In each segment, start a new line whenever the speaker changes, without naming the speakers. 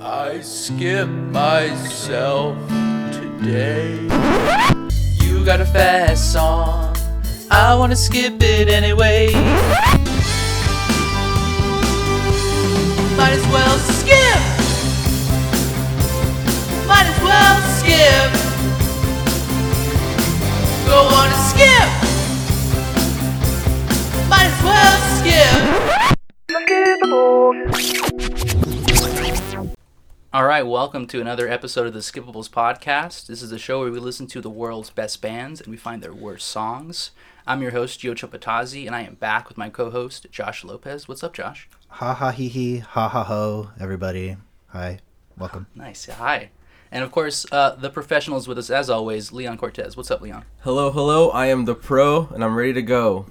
I skip myself today. You got a fast song. I wanna skip it anyway. Might as well skip. Might as well skip. Go on and skip. Might as well skip.
All right, welcome to another episode of the Skippables podcast. This is the show where we listen to the world's best bands and we find their worst songs. I'm your host Gio Chapatazzi, and I am back with my co-host Josh Lopez. What's up, Josh?
Ha ha hee hee, ha ha ho, everybody. Hi, welcome.
Nice, hi. And of course, uh, the professionals with us as always, Leon Cortez. What's up, Leon?
Hello, hello. I am the pro, and I'm ready to go.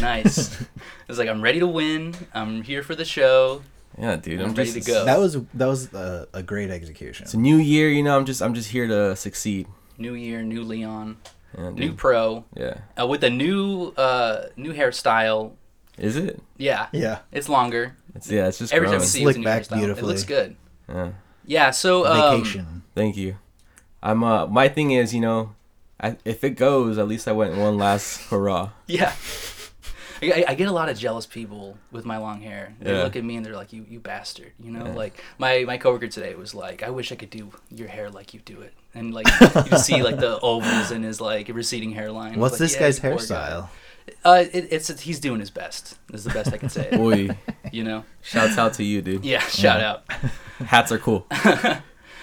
Nice. it's like I'm ready to win. I'm here for the show.
Yeah, dude. I'm,
I'm ready
just,
to go.
That was that was a, a great execution.
It's a new year, you know. I'm just, I'm just here to succeed.
New year, new Leon,
Yeah, dude.
new pro
yeah.
uh, with a new uh, new hairstyle.
Is it?
Yeah,
Yeah,
it's longer.
It's yeah. It's just
Every time
growing.
I see it, it's a new
Slick back
hairstyle. It looks
beautifully.
good.
Yeah.
Yeah. So um,
vacation.
Thank you. I'm. Uh, my thing is, you know, I, if it goes, at least I went one last hurrah.
Yeah. I, I get a lot of jealous people with my long hair. They
Yeah.
look at me and they're like, "You, you bastard!" You know, like my my coworker today was like, "I wish I could do your hair like you do it," and like you see like the ovals in his like receding hairline.
What's
Like,
this
yeah,
guy's
you poor
hairstyle?
guy. Uh, it, it's he's doing his best. Is the best I can say.
Boy,
you know?
shouts out to you, dude.
Yeah. Shout out.
Hats are cool.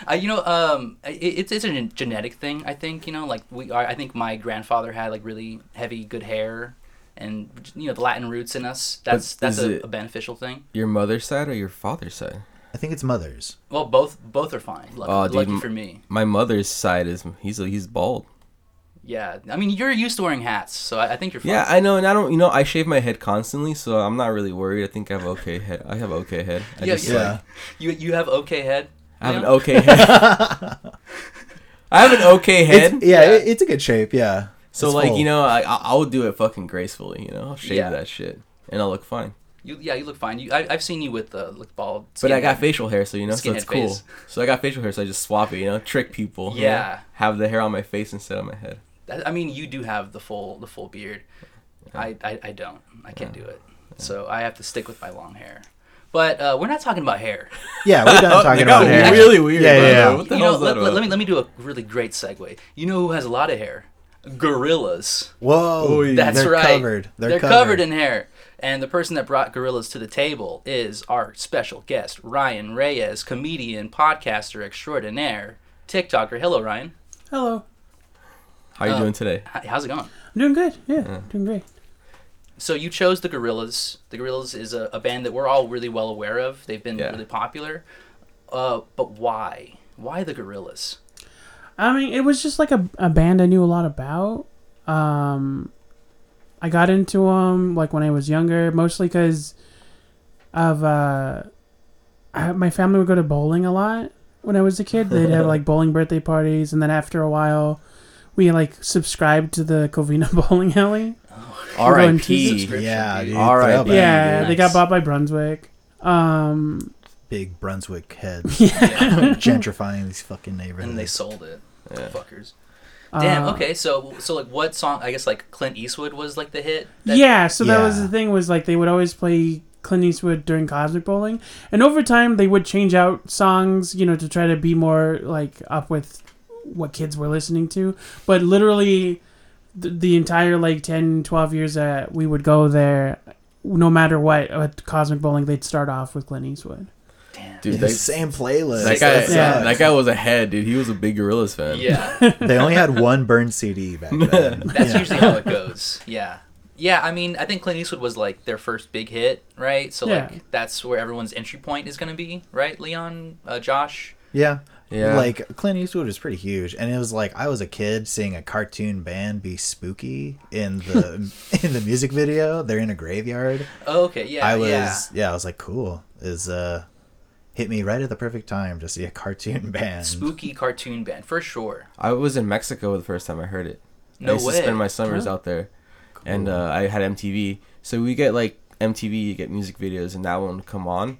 I, you know, um, it, it's it's a gen- genetic thing. I think you know, like we are. I think my grandfather had like really heavy, good hair, and you know the Latin roots in us. That's
But
that's
is
a,
it-
a beneficial thing.
Your mother's side or your father's side?
I think it's mother's.
Well, both both are fine. Lucky,
Aw, dude,
lucky
m-
for me.
My mother's side is he's he's bald.
Yeah, I mean you're used to wearing hats, so I, I think you're fine.
Yeah, I know, and I don't. You know, I shave my head constantly, so I'm not really worried. I think I have okay head. I have okay head. I
Yeah,
just
yeah.
like
you you have okay head.
I have an
now?
okay head. I have an okay head.
It's, yeah,
Yeah.
It, it's a good shape. Yeah.
so
It's
like
full.
you know, I I- I'll do it fucking gracefully. You know, I'll shave
Yeah.
that shit, and I'll look fine.
You, yeah, you look fine. You, I, I've seen you with uh, like bald.
But I got
skinhead.
facial hair, so you know, so
Skinhead
it's cool.
face.
So I got facial hair, so I just swap it. You know, trick people. you know?
Yeah.
have the hair on my face instead of my head.
That- I mean, you do have the full the full beard. I, I, I don't. I can't do it. So I have to stick with my long hair. But uh, we're not talking about hair.
Yeah, we're done
Oh,
talking
they
about
got
hair.
really weird,
Yeah,
by the
yeah.
way.
yeah.
What the
you
hell
know,
is that
let, let,
about?
let me let me do a really great segue. You know who has a lot of hair? Gorillas.
Whoa,
That's
they're
right.
Covered. They're, covered.
in hair. And the person that brought gorillas to the table is our special guest, Ryan Reyes, comedian, podcaster extraordinaire, TikToker. Hello, Ryan.
Hello.
How you doing today?
H- How's it going?
I'm doing good. Yeah, doing great.
So you chose the Gorillas. The Gorillas is a, a band that we're all really well aware of. They've been
Yeah.
really popular. Uh, but why? Why the Gorillas?
I mean, it was just like a, a band I knew a lot about. Um, I got into them like when I was younger, mostly because of uh, I, my family would go to bowling a lot when I was a kid. They'd have like bowling birthday parties, and then after a while, we like subscribed to the Covina Bowling Alley.
R.I.P.
subscribe.
Yeah, dude.
All right,
throwback.
yeah,
dude.
they
Nice.
got bought by Brunswick. Um,
Big Brunswick heads
Yeah.
gentrifying these fucking neighborhoods.
and they sold it. Fuckers.
uh,
Damn. okay. So so like what song? I guess like Clint Eastwood was like the hit. that-
yeah, so that was
Yeah.
the thing was like they would always play Clint Eastwood during Cosmic Bowling, and over time they would change out songs, you know, to try to be more like up with what kids were listening to. But literally, the, the entire like 10, 12 years that we would go there, no matter what at Cosmic Bowling, they'd start off with Clint Eastwood.
Damn.
Dude,
In the
they-
same playlist.
that guy,
That
Yeah.
sucks.
that guy was ahead, dude. He was a big Gorillas fan.
Yeah.
they only had one burned CD back then.
That's usually how it goes. Yeah. Yeah, I mean, I think Clint Eastwood was like their first big hit, right? So
Yeah.
like that's where everyone's entry point is going to be, right? Leon, uh, Josh,
Yeah.
Yeah.
Like Clint Eastwood was pretty huge, and it was like I was a kid seeing a cartoon band be spooky in the in the music video. They're in a graveyard.
Oh, okay, yeah,
I was
yeah.
yeah. I was like, cool. Is uh, hit me right at the perfect time to see a cartoon band.
spooky cartoon band for sure.
I was in Mexico the first time I heard it.
No
I used
way.
to spend my summers out there, and uh, I had MTV. So we get like MTV, you get music videos, and that one would come on.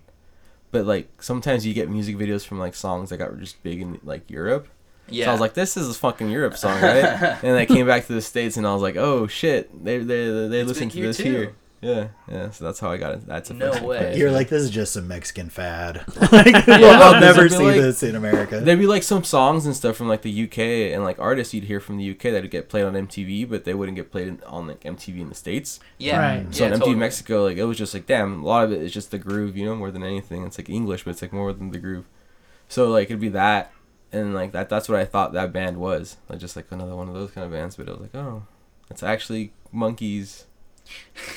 but like sometimes you get music videos from like songs that got just big in like Europe.
Yeah.
So I was like, this is a fucking Europe song, right? and I came back to the states and I was like, oh shit, they they they, they listen
big
to
here
this
too.
here. Yeah, yeah. So that's how I got it. That's a
No
first
way.
place.
You're like, this is just some Mexican fad. Like, we'll
I'll
I'll never
just be
see
like-
this in America.
There'd be like some songs and stuff from like the UK and like artists you'd hear from the UK that would get played on MTV, but they wouldn't get played in, on like MTV in the states.
yeah.
Right.
Mm-hmm.
So
yeah,
in MTV
totally.
Mexico, like it was just like damn, a lot of it is just the groove, you know, more than anything. It's like English, but it's like more than the groove. So like it'd be that, and like that. That's what I thought that band was, like just like another one of those kind of bands. But it was like, oh, it's actually monkeys.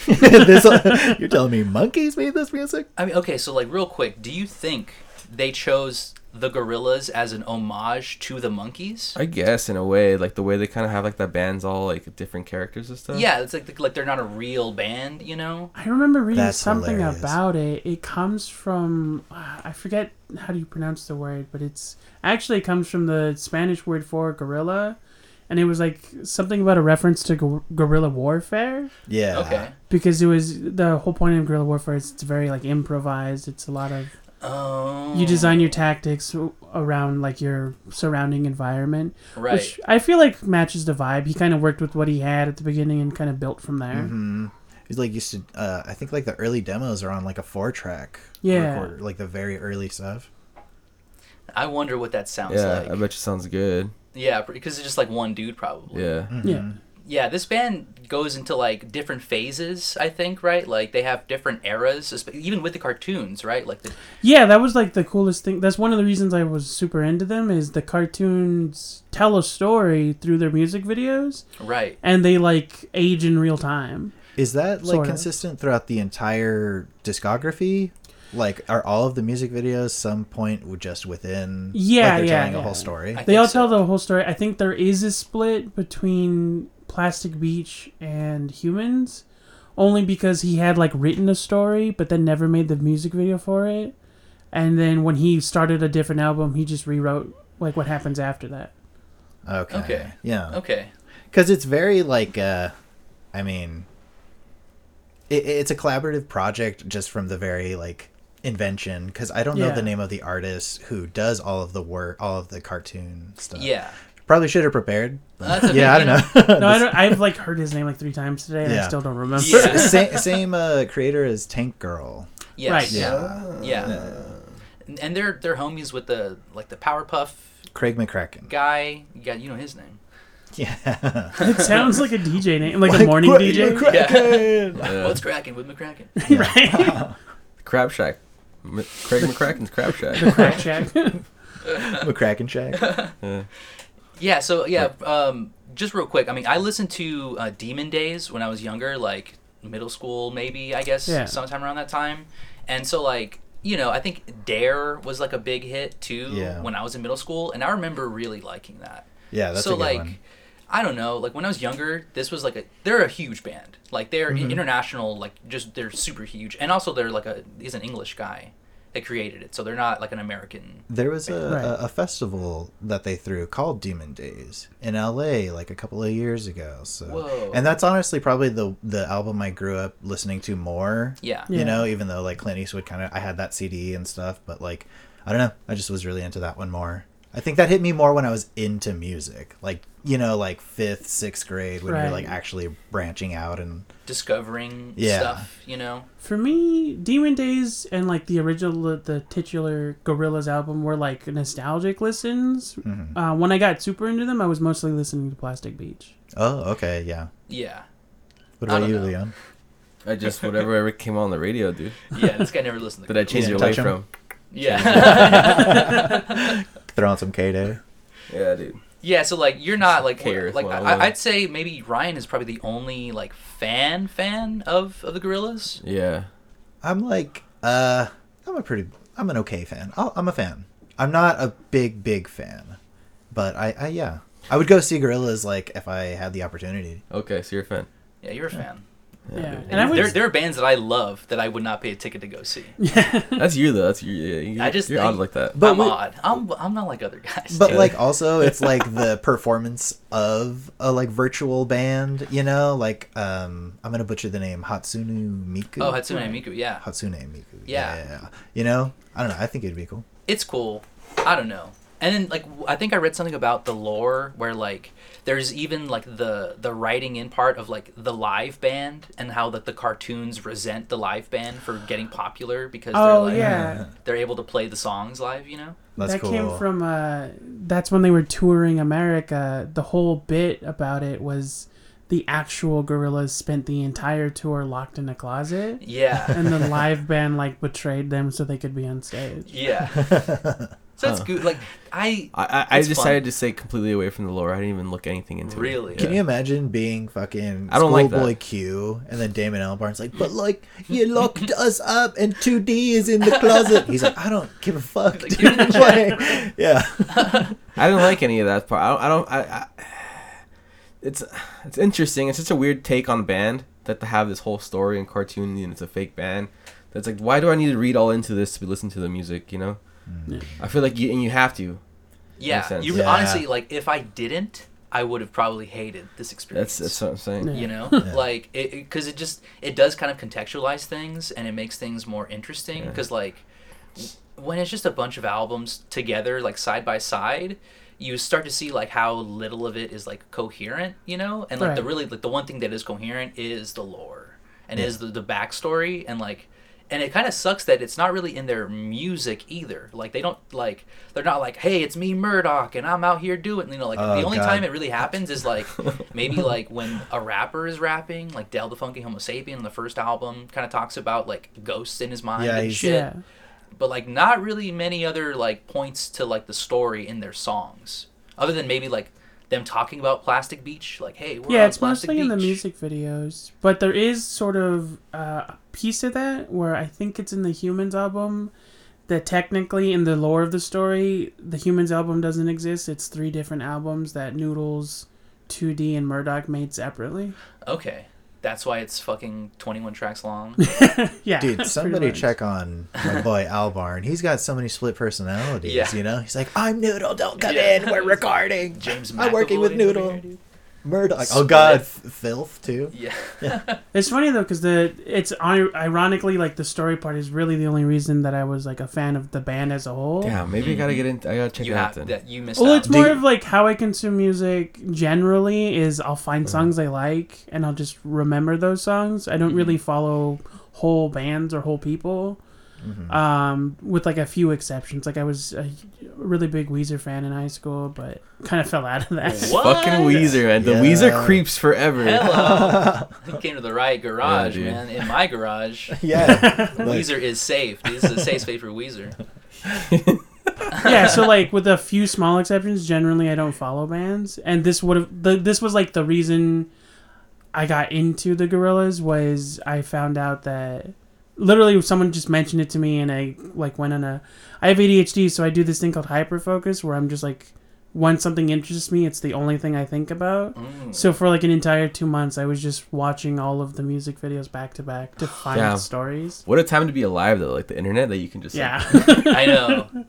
This- you're telling me monkeys made this music?
I mean, okay, so like real quick, do you think they chose the gorillas as an homage to the monkeys?
I guess in a way, like the way they kind of have like the bands all like different characters and stuff.
Yeah, it's like like they're not a real band, you know?
I remember reading
That's
something
hilarious.
about it. It comes from uh, I forget how do you pronounce the word, but it's actually it comes from the Spanish word for gorilla, and it was like something about a reference to gor guerrilla warfare
Yeah.
Okay.
because it was the whole point of guerrilla warfare is it's very like improvised. It's a lot of
Oh.
you design your tactics w- around like your surrounding environment,
right.
which I feel like matches the vibe. He kind of worked with what he had at the beginning and kind of built from there.
Mm-hmm. It's like used to. Uh, I think like the early demos are on like a four track.
Yeah.
Recorder, like the very early stuff.
I wonder what that sounds
yeah.
like.
I bet you sounds good.
Yeah, because it's just like one dude probably.
Yeah.
Yeah,
Yeah, this band goes into like different phases, I think, right? Like they have different eras, esp- even with the cartoons, right? Like the,
yeah, that was like the coolest thing. That's one of the reasons I was super into them is the cartoons tell a story through their music videos,
right.
and they like age in real time.
Is that like
Sorta.
consistent throughout the entire discography? Like, are all of the music videos some point w- just within?
Yeah,
like they're
yeah,
telling a
yeah.
whole story.
I
They
think
all
so.
tell the whole story. I think there is a split between Plastic Beach and Humans, only because he had like written a story, but then never made the music video for it. And then when he started a different album, he just rewrote like what happens after that.
okay.
Okay. Oh.
Yeah,
Okay.
because it's very like. uh I mean, it, it's a collaborative project just from the very like invention. Because I don't know
Yeah.
the name of the artist who does all of the work, all of the cartoon
Uh,
stuff.
Yeah.
Probably should have prepared.
That's okay,
yeah, I
you
don't know.
No, I don't, I've like heard his name like three times today, and I
Yeah.
still don't remember.
Yeah.
same same uh, creator as Tank Girl.
Yes.
Right.
Yeah.
Yeah. And- and they're they're homies with the like the Powerpuff
Craig McCracken.
guy. You got you know his name.
Yeah.
It sounds like a DJ name, like, a morning
Craig
DJ,
McCracken!
yeah.
What's cracking Oh, with McCracken?
right?
Crab Shack. M- Craig McCracken's Crab Shack.
Crack check.
McCracken Shack.
Yeah.
Yeah, so yeah, um, just real quick. I mean, I listened to uh, Demon Days when I was younger, like middle school, maybe I guess,
Yeah.
sometime around that time. And so, like, you know, I think Dare was like a big hit too
Yeah.
when I was in middle school, and I remember really liking that.
Yeah, that's
so
a good
like,
one.
I don't know, like when I was younger, this was like a they're a huge band, like they're
Mm-hmm.
international, like just they're super huge, and also they're like a he's an English guy that created it, so they're not like an American.
There was a,
Right.
a, a festival that they threw called Demon Days in LA like a couple of years ago. So
Whoa.
and that's honestly probably the the album I grew up listening to more.
Yeah.
Yeah.
You know, even though like Clint Eastwood kind of I had that CD and stuff, but like I don't know, I just was really into that one more. I think that hit me more when I was into music, like you know, like fifth, sixth grade when
Right.
you're like actually branching out and
discovering
Yeah.
stuff, you know.
For me, Demon Days and like the original, the titular Gorillaz album were like nostalgic listens. Uh, when I got super into them, I was mostly listening to Plastic Beach.
oh, okay, yeah.
Yeah.
What
I
about
don't
you,
know.
Leon?
I just whatever ever came on the radio, dude.
Yeah, this guy never listened to
That I changed
Yeah,
it away
touch 'em.
from.
Yeah.
Throw on some K Day.
Yeah, dude.
yeah, so like you're not like
Care,
like
well,
I,
uh,
I'd say maybe Ryan is probably the only like fan fan of of the Gorillas.
Yeah.
I'm like, uh, I'm a pretty, I'm an okay fan. I'll, I'm a fan. I'm not a big, big fan, but I, I, yeah, I would go see Gorillas like if I had the opportunity.
Okay, so you're a fan.
Yeah, you're a fan.
Yeah.
dude.
And I would
there, there are bands that I love that I would not pay a ticket to go see.
That's you though. That's you. Yeah, you
I just
you're
think-
odd like that.
But
I'm
we-
odd. I'm, I'm not like other guys.
But
dude.
like also it's like the performance of a like virtual band, you know, like um I'm gonna butcher the name Hatsune Miku.
oh, Hatsune Miku, yeah,
Hatsune Miku.
Yeah.
yeah. You know? I don't know, I think it'd be cool.
it's cool. I don't know. And then like w- I think I read something about the lore where like there's even like the the writing in part of like the live band and how that the cartoons resent the live band for getting popular because
Oh,
they're like
yeah.
they're able to play the songs live, you know?
That's
that
cool.
came from uh that's when they were touring America. The whole bit about it was the actual gorillas spent the entire tour locked in a closet
Yeah.
and the live band like betrayed them so they could be on stage.
yeah. So that's good. Like I
I I, I
It's
decided
fun.
to stay completely away from the lore. I didn't even look anything into
Really?
it.
Can you imagine being fucking
I don't like
schoolboy
that.
Q and then Damon Albarn's like, but like you locked us up and 2D is in the closet. He's like, I don't give a fuck.
Like, give me the
dude." Like, yeah,
I didn't like any of that part. I don't. I don't. I, I, it's it's interesting. It's such a weird take on band that to have this whole story and cartoon and it's a fake band. That's like, why do I need to read all into this to listen to the music? You know,
Mm.
I feel like you and you have to. Makes
yeah,
sense.
you
Yeah.
honestly like if I didn't, I would have probably hated this experience.
That's that's what I'm saying.
Yeah.
you know like it because it, just it does kind of contextualize things and it makes things more interesting
Yeah.
because like w- when it's just a bunch of albums together like side by side you start to see like how little of it is like coherent you know and like the
Right.
really like the one thing that is coherent is the lore and is the, the backstory and like and it kind of sucks that it's not really in their music either like they don't like they're not like hey it's me murdoch and i'm out here doing you know like
Oh,
the only
God.
time it it really happens is like maybe like when a rapper is rapping, like Del the Funky Homo Sapien on the first album kind of talks about like ghosts in his mind
Yeah,
and
he's-
shit.
Yeah.
But like not really many other like points to like the story in their songs. Other than maybe like them talking about Plastic Beach, like hey, we're
Yeah,
on
it's
Plastic
mostly in the
Beach.
music videos, but there is sort of uh, a piece of that where I think it's in the Humans album that technically in the lore of the story, the Humans album doesn't exist. It's three different albums that Noodles, 2D, and Murdoch made separately.
Okay. That's why it's fucking 21 tracks long.
Yeah,
dude.
pretty
Somebody
much.
check on my boy Albarn. He's got so many split personalities.
Yeah.
You know, he's like, I'm Noodle. Don't come
Yeah.
in. We're recording.
James
I'm working with
McAvoy over
Noodle.
here, dude.
Murder. Like, oh
Split.
God, f- filth too.
Yeah.
It's funny though because the it's ir- ironically like the story part is really the only reason that I was like a fan of the band as a whole.
Yeah, maybe I gotta get in. I gotta check
You
it out
have
then.
that you missed
Well,
out.
it's more
Do you-
of like how I consume music generally is I'll find songs I like and I'll just remember those songs. I don't really follow whole bands or whole people, um, with like a few exceptions. Like I was a really big Weezer fan in high school, but kind of fell out of that.
What?
Fucking Weezer, man. The
Yeah.
Weezer creeps forever.
Hello. he came to the right garage,
dude.
man. In my garage.
Yeah. Like,
Weezer is safe. This is a safe space for Weezer.
yeah, so like with a few small exceptions, generally I don't follow bands, and this would have the, this was like the reason I got into the Gorillas was I found out that literally someone just mentioned it to me, and I like went on a I have ADHD, so I do this thing called hyperfocus where I'm just like once something interests me, it's the only thing I think about.
Mm.
So for like an entire two months, I was just watching all of the music videos back to back to find
Damn.
stories.
What a time to be alive though, like the internet that you can just like,
Yeah,
I know.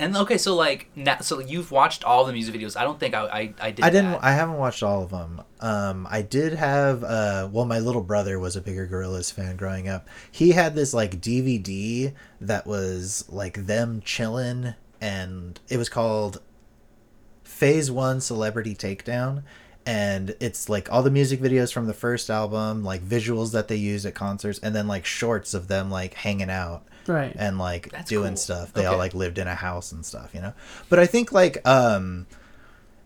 And okay, so like, na- so you've watched all the music videos. I don't think I I, I did.
I didn't.
That.
I haven't watched all of them. Um, I did have. Uh, well, my little brother was a bigger Gorillas fan growing up. He had this like DVD that was like them chillin', and it was called Phase One Celebrity Takedown. And it's like all the music videos from the first album, like visuals that they used at concerts, and then like shorts of them like hanging out
right.
and like
That's
doing
cool.
stuff. They all
Okay.
like lived in a house and stuff, you know. But I think like um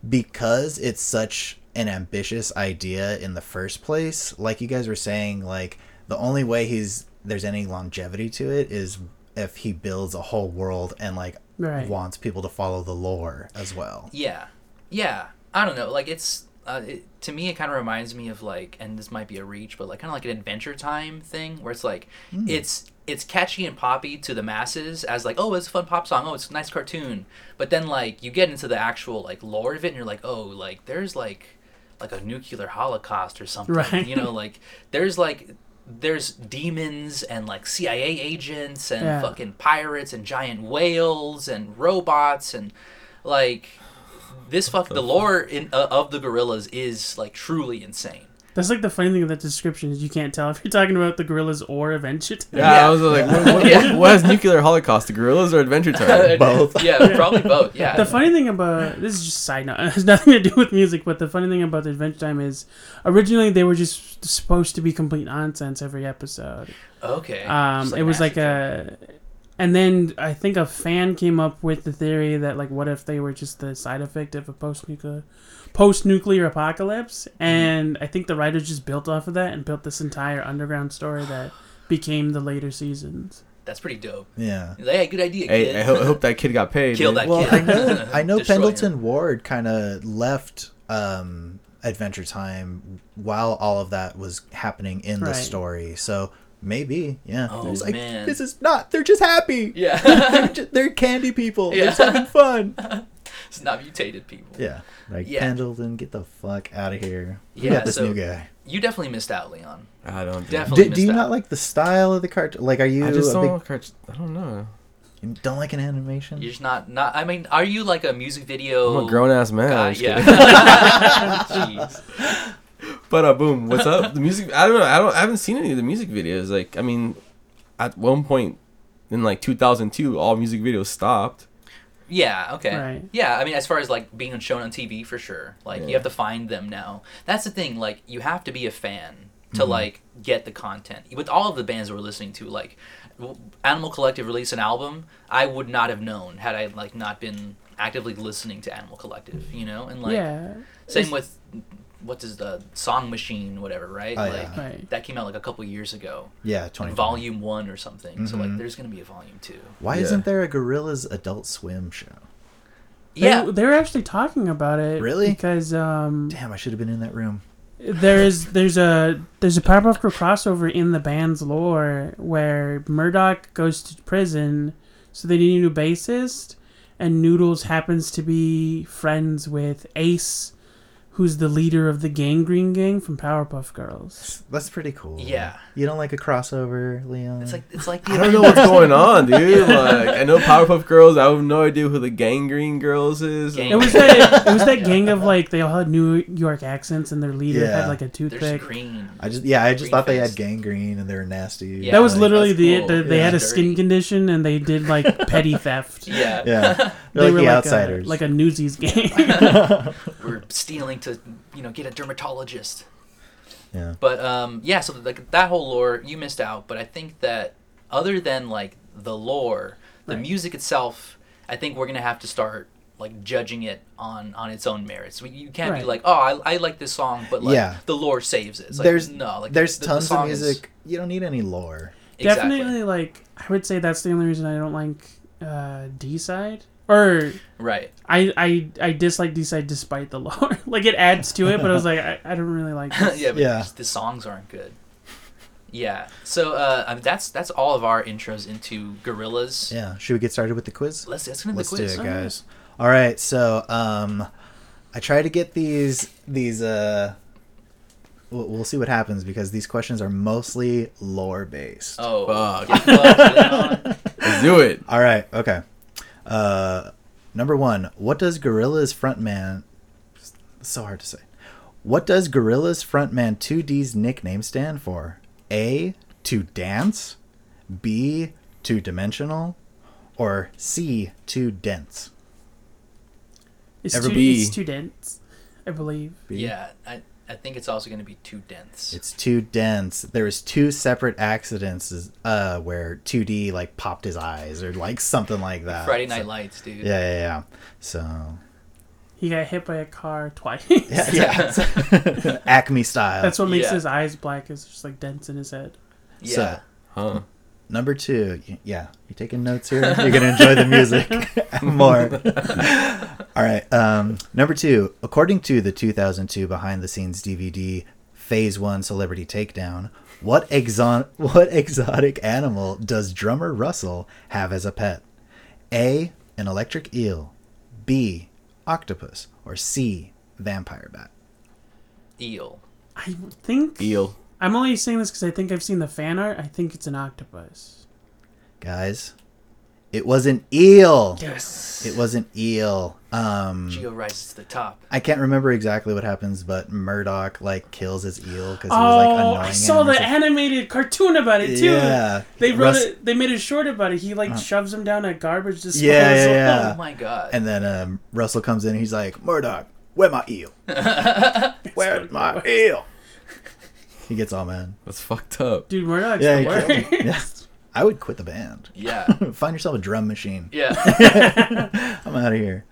because it's such an ambitious idea in the first place, like you guys were saying like the only way he's there's any longevity to it is if he builds a whole world and like
Right.
wants people to follow the lore as well.
Yeah, yeah. I don't know. Like it's uh, it, to me, it kind of reminds me of like, and this might be a reach, but like kind of like an Adventure Time thing, where it's like it's it's catchy and poppy to the masses as like, oh, it's a fun pop song. Oh, it's a nice cartoon. But then like you get into the actual like lore of it, and you're like, oh, like there's like like a nuclear holocaust or something.
Right.
You know, like there's like there's demons and like CIA agents and
Yeah.
fucking pirates and giant whales and robots and like this fuck the lore in, uh, of the gorillas is like truly insane.
That's like the funny thing of that description is you can't tell if you're talking about the gorillas or Adventure Time.
Yeah,
Yeah.
I was like, what, what,
Yeah.
what is nuclear holocaust? The gorillas or Adventure Time?
Both.
yeah, probably both. Yeah.
The funny thing about this is just a side note. It has nothing to do with music, but the funny thing about the Adventure Time is originally they were just supposed to be complete nonsense every episode.
okay.
uh,
Um,
Just
it was
an
like a, and then I think a fan came up with the theory that like, what if they were just the side effect of a post nuclear, post nuclear apocalypse?
Mm-hmm.
And I think the writers just built off of that and built this entire underground story that became the later seasons.
That's pretty dope.
Yeah.
Yeah, good idea, kid.
Hey, I, ho- I hope that kid got paid.
Kill
dude.
that
Well,
kid.
I know I know
Destroy him.
Pendleton Ward kind of left um, Adventure Time while all of that was happening in the
Right.
story. So maybe, yeah.
Oh,
It's
man.
this is not. They're just happy.
Yeah.
They're, just, they're candy people.
Yeah.
They're just having fun.
it's not mutated people.
Yeah. Like
Yeah.
Pendleton, get the fuck out of here. What
Yeah,
about this
so-
new guy?
You definitely missed out, Leon.
I don't. dude.
Definitely
Do,
missed
do you
out.
not like the style of the cartoon? Like, are you
I just
a
don't. cart- I don't know.
big, don't like an animation?
You're just not not. I mean, are you like a music video?
I'm a grown ass
Oh,
man.
guy?
I'm just
Oh Uh, yeah.
kidding.
Jeez.
But uh, boom, what's up? The music. I don't know. I don't. I haven't seen any of the music videos. Like, I mean, at one point in like 2002, all music videos stopped.
Yeah. Okay.
Right.
Yeah. I mean, as far as like being shown on TV for sure. Like you
Yeah.
have to find them now. That's the thing. Like you have to be a fan to
Mm-hmm.
like get the content. With all of the bands we're listening to, like w- Animal Collective released an album, I would not have known had I like not been actively listening to Animal Collective. You know, and like
yeah,
same with what is the Song Machine, whatever. Right.
Oh,
like
yeah.
right.
that came out like a couple years ago.
yeah, twenty Mm-hmm.
volume one or something. So like, there's gonna be a volume two.
Why
Yeah.
isn't there a Gorillas Adult Swim show?
Yeah,
they, they were actually talking about it.
Really?
Because um,
Damn, I should have been in that room.
there is there's a there's a Powerpuff Girl crossover in the band's lore where Murdoch goes to prison, so they need a new bassist, and Noodles happens to be friends with Ace, who's the leader of the Gangrene Gang from Powerpuff Girls.
That's pretty cool.
Yeah.
You don't like a crossover, Leon?
it's like it's like the
I don't know what's going on, dude. Like, I know Powerpuff Girls. I have no idea who the Gangrene Girls is.
Gang-
It was that it was that gang of like they all had New York accents, and their leader
Yeah.
had like a
There's some
toothpick.
green.
I just yeah, I just thought they had
Greenfest.
gangrene and they were nasty.
Yeah,
that was
like,
literally
that's
the,
cool.
the they
Yeah.
had a skin
Dirty.
condition and they did like petty theft.
Yeah,
yeah. They're
They
like
were
the
like
outsiders.
a like a newsies gang.
we're stealing to you know get a dermatologist.
yeah.
But um, yeah, so like that whole lore you missed out. But I think that other than like the lore, the
Right.
music itself, I think we're gonna have to start like judging it on on its own merits. We, you can't
Right.
be like, oh, I, I like this song, but like
Yeah.
the lore saves it. It's like,
there's
no, like
there's
the- the
tons of
song is-
music. You don't need any lore.
Exactly.
Definitely, like I would say that's the only reason I don't like uh, D side, or
right.
I, I I dislike D side despite the lore. like it adds to it, but I was like I, I don't really like. This.
yeah, but
Yeah.
just the songs aren't good. Yeah. So uh, I mean, that's that's all of our intros into gorillas.
Yeah. Should we get started with the quiz?
Let's let's get into
Let's
the quiz.
do it, guys. All right. So, um, I try to get these these uh, we'll, we'll see what happens because these questions are mostly lore based.
Oh,
Fuck.
get fucked, Leon.
Let's do it.
All right. Okay. Uh, number one. What does Gorilla's frontman? So hard to say. What does Gorilla's frontman 2D's nickname stand for? A. To dance. B. Two dimensional. Or C. Too dense.
it's,
Ever
too,
be-
it's too dense, I believe.
B.
yeah, I I think it's also going to be too dense.
It's too dense. There was two separate accidents uh, where 2D like popped his eyes or like something like that.
Friday Night
So-
Lights, dude.
Yeah, yeah, yeah. So
He got hit by a car twice.
yeah, yeah. Acme style.
That's what makes
Yeah.
his eyes black. Is just like dents in his head.
Yeah.
So-
Huh?
Number two, y- yeah, you're taking notes here. You're gonna enjoy the music more. All right. Um, number two, according to the 2002 behind-the-scenes DVD Phase One Celebrity Takedown, what exon what exotic animal does drummer Russell have as a pet? A, an electric eel. B, octopus. Or C, vampire bat.
Eel.
I think
Eel.
I'm only saying this because I think I've seen the fan art. I think it's an octopus.
guys. It was an eel.
Yes.
It was an eel. Um,
Geo rises to the top.
I can't remember exactly what happens, but Murdoch like kills his eel because he was like
Oh,
annoying.
I
him
saw
or
the
something.
animated cartoon about it too.
Yeah,
They wrote
Rus-
it. They made a short about it. He like shoves him down a garbage disposal.
Yeah, yeah, yeah.
Oh my god.
And then um, Russell comes in. and He's like, Murdoch, where my eel? Where's my eel? He gets all mad.
That's fucked up.
Dude, Murdoch's
Yeah,
the
he killed
worst.
Yeah. I would quit the band.
yeah.
Find yourself a drum machine.
Yeah.
I'm out of here.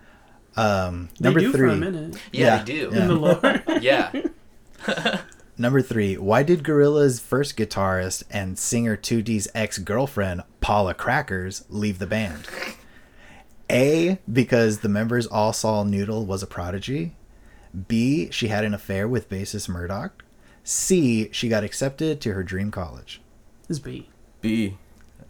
Um,
They
number
do for a
three.
minute.
Yeah,
Yeah.
they do.
Yeah.
In the lore.
Yeah.
Number three. Why did Gorilla's first guitarist and singer 2D's ex-girlfriend Paula Crackers leave the band? A. Because the members all saw Noodle was a prodigy. B. She had an affair with bassist Murdoch. C. She got accepted to her dream college.
It's B.
B.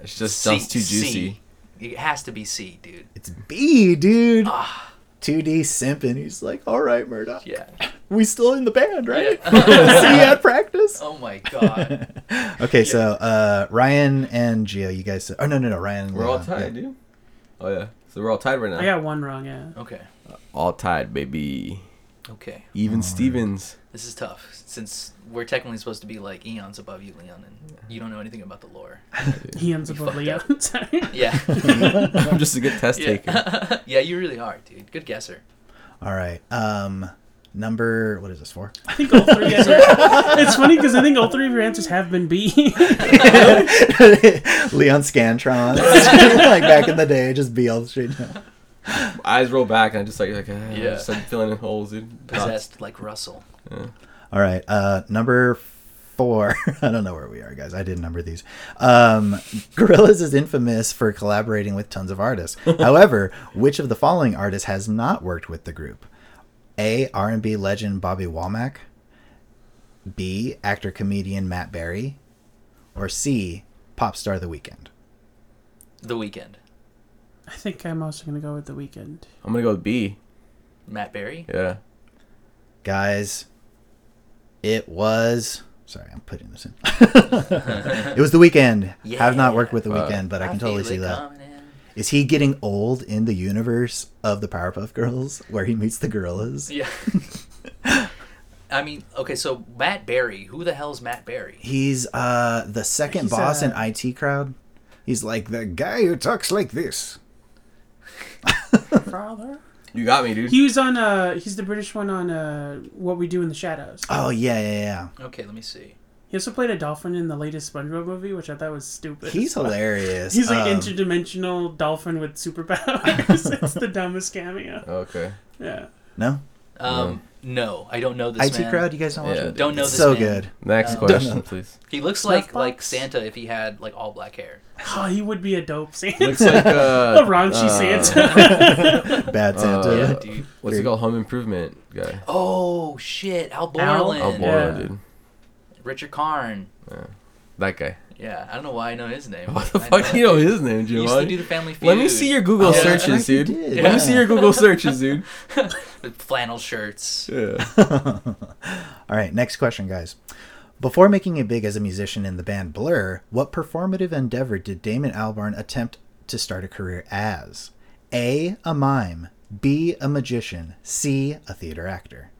It just
C-
sounds too juicy.
C. It has to be C, dude.
It's B, dude. 2D simping. He's like, all right, Murdoch.
Yeah.
We still in the band, right? See you at practice.
Oh my god.
Okay, so uh, Ryan and Gio, you guys. Oh no, no, no, Ryan. and
We're all
Leon, yeah.
tied, dude. Oh yeah. So we're all tied right now.
I got one wrong. Yeah.
Okay.
All tied, baby.
Okay.
Oh,
Even Stevens.
This is tough since we're technically supposed to be like eons above you, Leon, and you don't know anything about the lore.
He ends up with
fucked
Leo.
up.
Sorry.
Yeah.
I'm just a good test taker.
yeah. yeah, you really are, dude. Good guesser.
All right. Um, number. What is this for?
I think all three. of your- it's funny because I think all three of your answers have been B.
Leon Scantron, like back in the day, just be all the street. No.
Eyes roll back and I just like like ah,
Yeah.
just like filling in holes, dude.
Possessed like Russell.
All right. Uh, number four. I don't know where we are, guys. I didn't number these. Um, Gorillaz is infamous for collaborating with tons of artists. However, which of the following artists has not worked with the group? A. R&B legend Bobby Womack. B. Actor comedian Matt Berry. Or C. Pop star The Weeknd.
The Weekend.
I think I'm also gonna go with the weekend.
I'm gonna go with B.
Matt Berry.
Yeah.
guys it was sorry i'm putting this in it was the weekend have not worked with the
Yeah.
weekend but i can
feel
totally see
it
that
coming in.
is he getting old in the universe of the powerpuff girls where he meets the gorillas
Yeah. I mean, okay, so Matt Berry. Who the hell's Matt Berry?
he's uh the second
He's,
boss
uh,
in it crowd he's like the guy who talks like this
Father.
You got me, dude.
He was on. Uh, he's the British one on uh, What We Do in the Shadows.
oh yeah yeah yeah
Okay, let me see.
He also played a dolphin in the latest SpongeBob movie, which I thought was stupid.
he's hilarious
He's like
Um,
interdimensional dolphin with superpowers. it's the dumbest cameo.
Okay.
Yeah.
no
Um, no, I don't know this
it
man.
crowd you guys don't watch
Yeah,
it
dude.
Don't know
It's
this
so
man.
good
Next
Uh,
question, please.
He looks like like
Snuffbox?
Santa if he had like all black hair.
Oh, he would be a dope Santa.
Looks like uh,
a raunchy
uh,
Santa.
bad santa
Yeah,
Uh,
dude.
What's it called? Home Improvement guy.
Oh shit, Al
Al?
Borland.
Oh boy,
Yeah.
dude.
Richard Karn.
That guy.
Yeah, I don't know why I know his name.
What the
I
fuck?
know-
You know his name,
He used to do
Giovanni.
the Family Feud.
Let me see your Google
Oh, yeah.
searches,
Yeah, I
dude.
did.
Let me see your Google searches, dude.
With flannel shirts.
Yeah.
All right, next question, guys. Before making it big as a musician in the band Blur, what performative endeavor did Damon Albarn attempt to start a career as? A. A mime. B. A magician. C. A theater actor.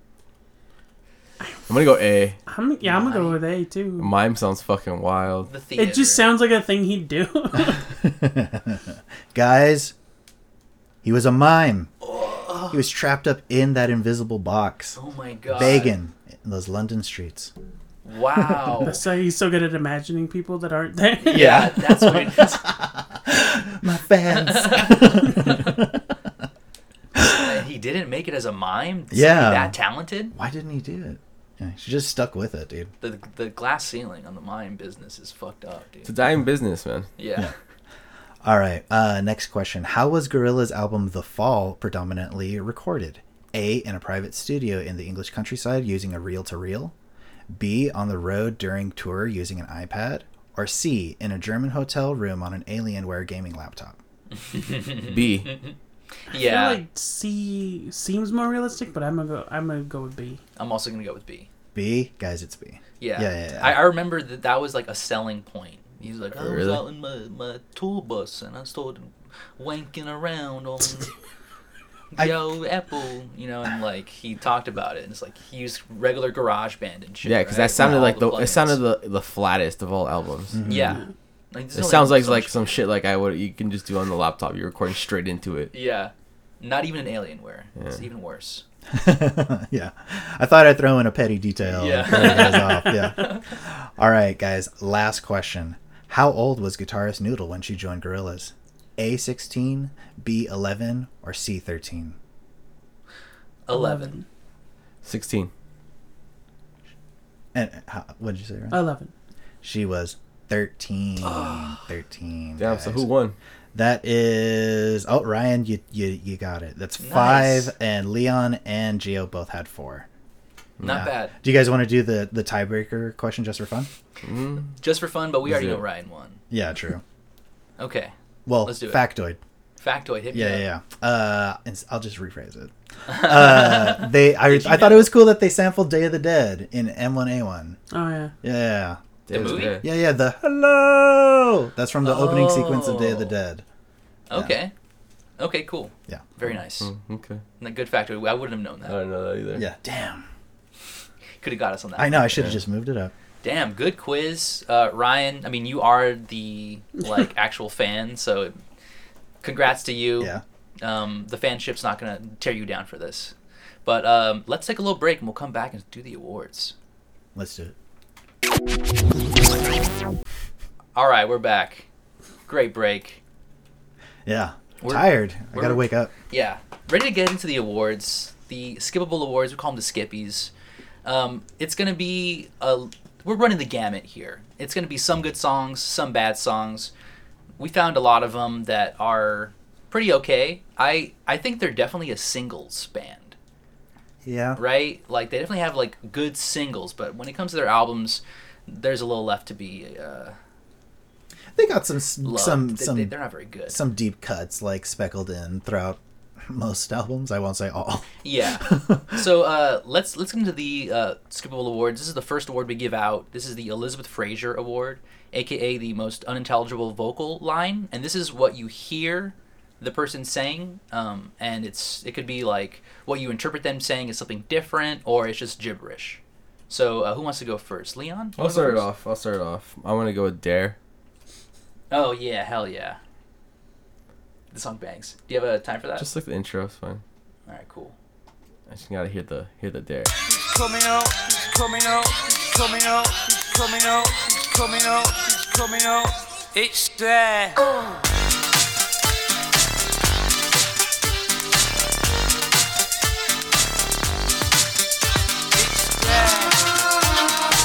I'm gonna go A.
I'm, yeah, I'm gonna go with A too.
Mime sounds fucking wild.
The theater.
It just sounds like a thing he'd do.
Guys, he was a mime. He was trapped up in that invisible box,
Oh my god.
begging in those London streets.
Wow.
so he's so good at imagining people that aren't there.
yeah, that's what it is.
My fans.
And he didn't make it as a mime. Somebody
Yeah.
that talented.
Why didn't he do it? Yeah, he just stuck with it, dude.
The the glass ceiling on the mime business is fucked up,
It's a
dude.
dying business, man.
Yeah.
All right. Uh, next question. How was Gorilla's album The Fall predominantly recorded? A. In a private studio in the English countryside using a reel to reel. B. On the road during tour using an iPad. Or C. In a German hotel room on an Alienware gaming laptop.
Mm-hmm.
B.
I
Yeah.
feel like C seems more realistic, but I'm gonna go. I'm gonna go with B.
I'm also gonna go with B.
B, guys, it's B.
Yeah.
Yeah, yeah, yeah.
I, I remember that that was like a selling point. He's like, I was
Really?
out in my, my tool bus and I started wanking around on
I-
yo Apple, you know, and like he talked about it. And it's like he used regular Garage Band and shit.
Yeah, because
right?
that sounded
All Mm-hmm.
like the, it
plugins.
sounded the the flattest of all albums.
yeah. Like, there's
It
only
sounds like
so
like
much-
some shit like I would you can just do on the laptop. You're recording straight into it.
yeah, not even an Alienware. It's
Yeah.
even worse.
yeah. I thought I'd throw in a petty detail. and
Yeah.
throw you guys off. yeah. All right, guys. Last question. How old was guitarist Noodle when she joined Gorillaz? A sixteen, B eleven, or C thirteen?
Eleven.
Sixteen.
And how, what did you say? Ryan?
Eleven.
She was thirteen. Thirteen.
Damn. So
guys.
who won?
That is oh Ryan, you you, you got it. That's
Nice.
five, and Leon and Geo both had four.
Not bad.
Do you guys want to do the the tiebreaker question just for fun?
Mm-hmm.
Just for fun, but we already
do
know
it.
Ryan won.
Yeah, true.
Okay.
Well,
Let's do it.
factoid.
Factoid hit me
Yeah,
up.
yeah, yeah. Uh, and s- I'll just rephrase it. Uh, they, I, I
you
thought it
know?
was cool that they sampled Day of the Dead in M1A1.
Oh yeah.
Yeah,
Day of
movie?
Dead.
yeah, yeah. The hello. That's from the opening sequence of Day of the
Oh.
Dead.
Okay. Okay, cool.
Yeah. Mm-hmm.
Very nice.
Mm, okay.
And a good factor. I wouldn't have known
I
that.
don't know that either.
Yeah. Damn.
Could have got us on that.
I know. I should have just moved it up.
Damn, good quiz, uh, Ryan. I mean, you are the like actual fan, so congrats to you.
Yeah.
Um, the fanship's not gonna tear you down for this. But um, let's take a little break and we'll come back and do the awards.
Let's do it.
All right, we're back. Great break.
Yeah.
We're-
Tired. I
we're-
gotta wake up.
Yeah, ready to get into the awards, the skippable awards. We call them the skippies. Um, it's gonna be a we're running the gamut here. It's gonna be some good songs, some bad songs. We found a lot of them that are pretty okay. I I think they're definitely a singles band,
Yeah.
right? Like they definitely have like good singles, but when it comes to their albums, there's a little left to be uh,
They got some s-
loved.
some
they,
some
they, they're not very good.
some deep cuts like speckled in throughout most albums. I won't say all.
Yeah. so uh, let's let's get into the uh, skippable awards. This is the first award we give out. This is the Elizabeth Fraser Award, aka the most unintelligible vocal line, and this is what you hear the person saying, um, and it's it could be like what you interpret them saying is something different, or it's just gibberish. So uh, who wants to go first, Leon?
I'll start it off. I'll start it off. I want to go with Dare.
Oh yeah, hell yeah. The song bangs. Do you have a time for that?
Just like the intro, it's fine.
All right, cool.
I just gotta hear the hear the Dare.
coming out, coming out, coming out, coming out, coming out, coming out. It's there. It's there.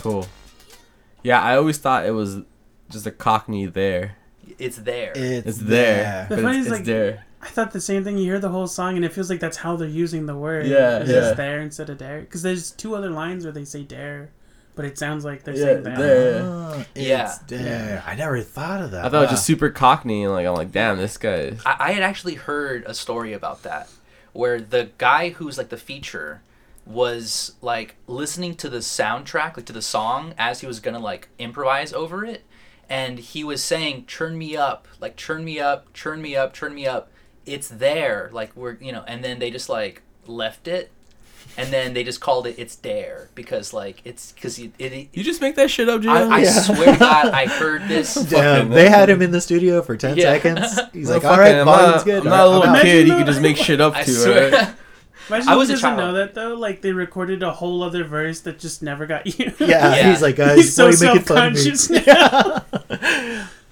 Cool. Yeah, I always thought it was just a Cockney there.
It's there.
It's there,
there.
but
The funny
it's,
is,
it's
like-
there.
I thought the same thing. You hear the whole song, and it feels like that's how they're using the word.
Yeah,
it's
yeah.
just there instead of dare. Because there's two other lines where they say dare, but it sounds like they're
Yeah,
saying that.
there.
Oh, it's
Yeah.
there. I never thought of that.
I thought it was
Wow.
just super Cockney, and like I'm like, damn, this guy. Is...
I, I had actually heard a story about that where the guy who's like the feature was like listening to the soundtrack like to the song as he was gonna like improvise over it and he was saying turn me up like turn me up turn me up turn me up it's there like we're you know and then they just like left it and then they just called it it's dare because like it's because it, it,
You just make that shit up, dude.
I, I swear to god i heard this
Damn,
fucking-
they had him in the studio for ten
Yeah.
seconds. He's
No,
like,
fuck
"All right,
that. I'm
volume's
not,
good."
I'm not a
All right,
little
I'm out.
kid. You can just make shit up
i
to. all
swear
right?
Imagine
I
who
was a
doesn't
child.
know that though. Like they recorded a whole other verse that just never got used.
Yeah,
Yeah.
he's like, guys,
He's so
why are you making fun of me?
self-conscious. now.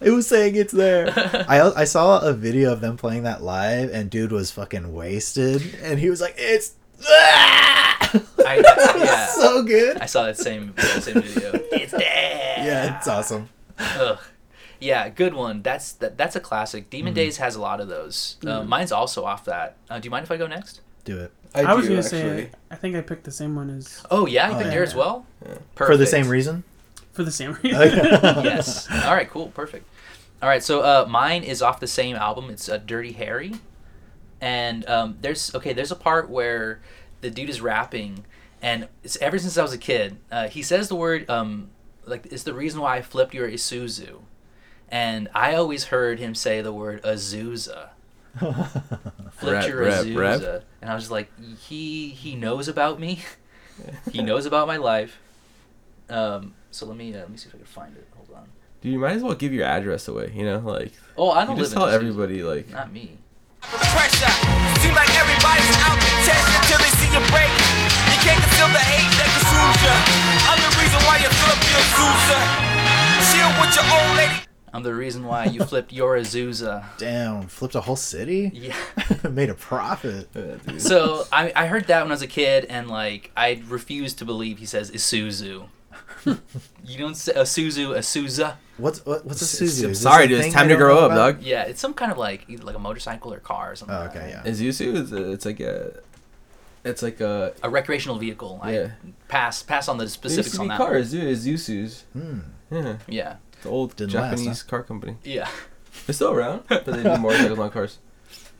It was saying it's there. I al- I saw a video of them playing that live, and dude was fucking wasted, and he was like, "It's
I, yeah
so good."
I saw that same that same video. it's dead.
Yeah, it's awesome.
Ugh. Yeah, good one. That's that, that's a classic. Demon
Mm-hmm.
Days has a lot of those. Uh, mine's also off that. Uh, do you mind if I go next?
Do it
I was gonna say. I think I picked the same one as
Oh yeah, you picked
yeah.
there as well. Perfect.
for the same reason.
for the same reason.
yes. All right. Cool. Perfect. All right. So uh, mine is off the same album. It's uh, Dirty Harry. and um, there's okay there's a part where the dude is rapping and it's, ever since i was a kid uh, he says the word um, like it's the reason why i flipped your isuzu and i always heard him say the word azusa flipped
Rap,
your
rap,
azusa
rap.
and i was just like he he knows about me he knows about my life um, so let me uh, let me see if i can find it hold on
Dude, you might as well give your address away. You know, like
oh i
you
don't
just
live
tell
in Azusa.
everybody like
not me
pressure. Seem like everybody's out to test until they see you break. You can't conceal the hate that consumes you. I'm the reason why you feel up your Zusa. Chill with your old lady.
i'm the reason why you flipped your azusa
Damn, flipped a whole city,
yeah
made a profit.
uh, dude.
So I, I heard that when I was a kid, and like I refused to believe he says Isuzu. you don't say Isuzu, Isuza.
What's what, what's a
S-
Suzu?
I'm
Is this
sorry,
a
dude. It's
thing I
time to
don't
grow
know
up,
about?
dog.
Yeah, it's some kind of like either like a motorcycle or car or something.
Oh,
like
okay,
that.
yeah.
Izusu is a, it's like a it's like a
A recreational vehicle. I
Yeah.
pass pass on the
it used
specifics
to
on
be
that.
cars, dude. Isuzu's.
Hmm.
Yeah,
Yeah,
the old
Didn't last,
Japanese car company.
yeah,
They're still around, but they do motorcycles, not cars.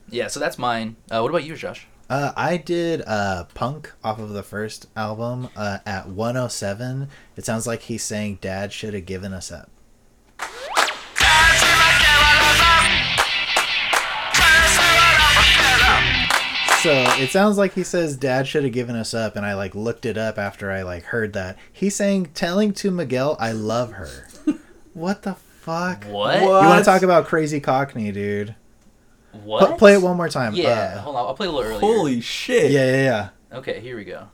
yeah. So that's mine. Uh, what about you, Josh?
Uh, I did uh, punk off of the first album uh, at 107. It sounds like he's saying Dad should have given us up. So it sounds like he says Dad should have given us up, and I like looked it up after I like heard that. He's saying telling to Miguel I love her. what the fuck?
What?
What?
You want to talk about crazy Cockney, dude?
What?
Pl- play it one more time.
Yeah,
Uh,
hold on. I'll play a little earlier.
Holy shit!
yeah, yeah, yeah.
Okay, here we go.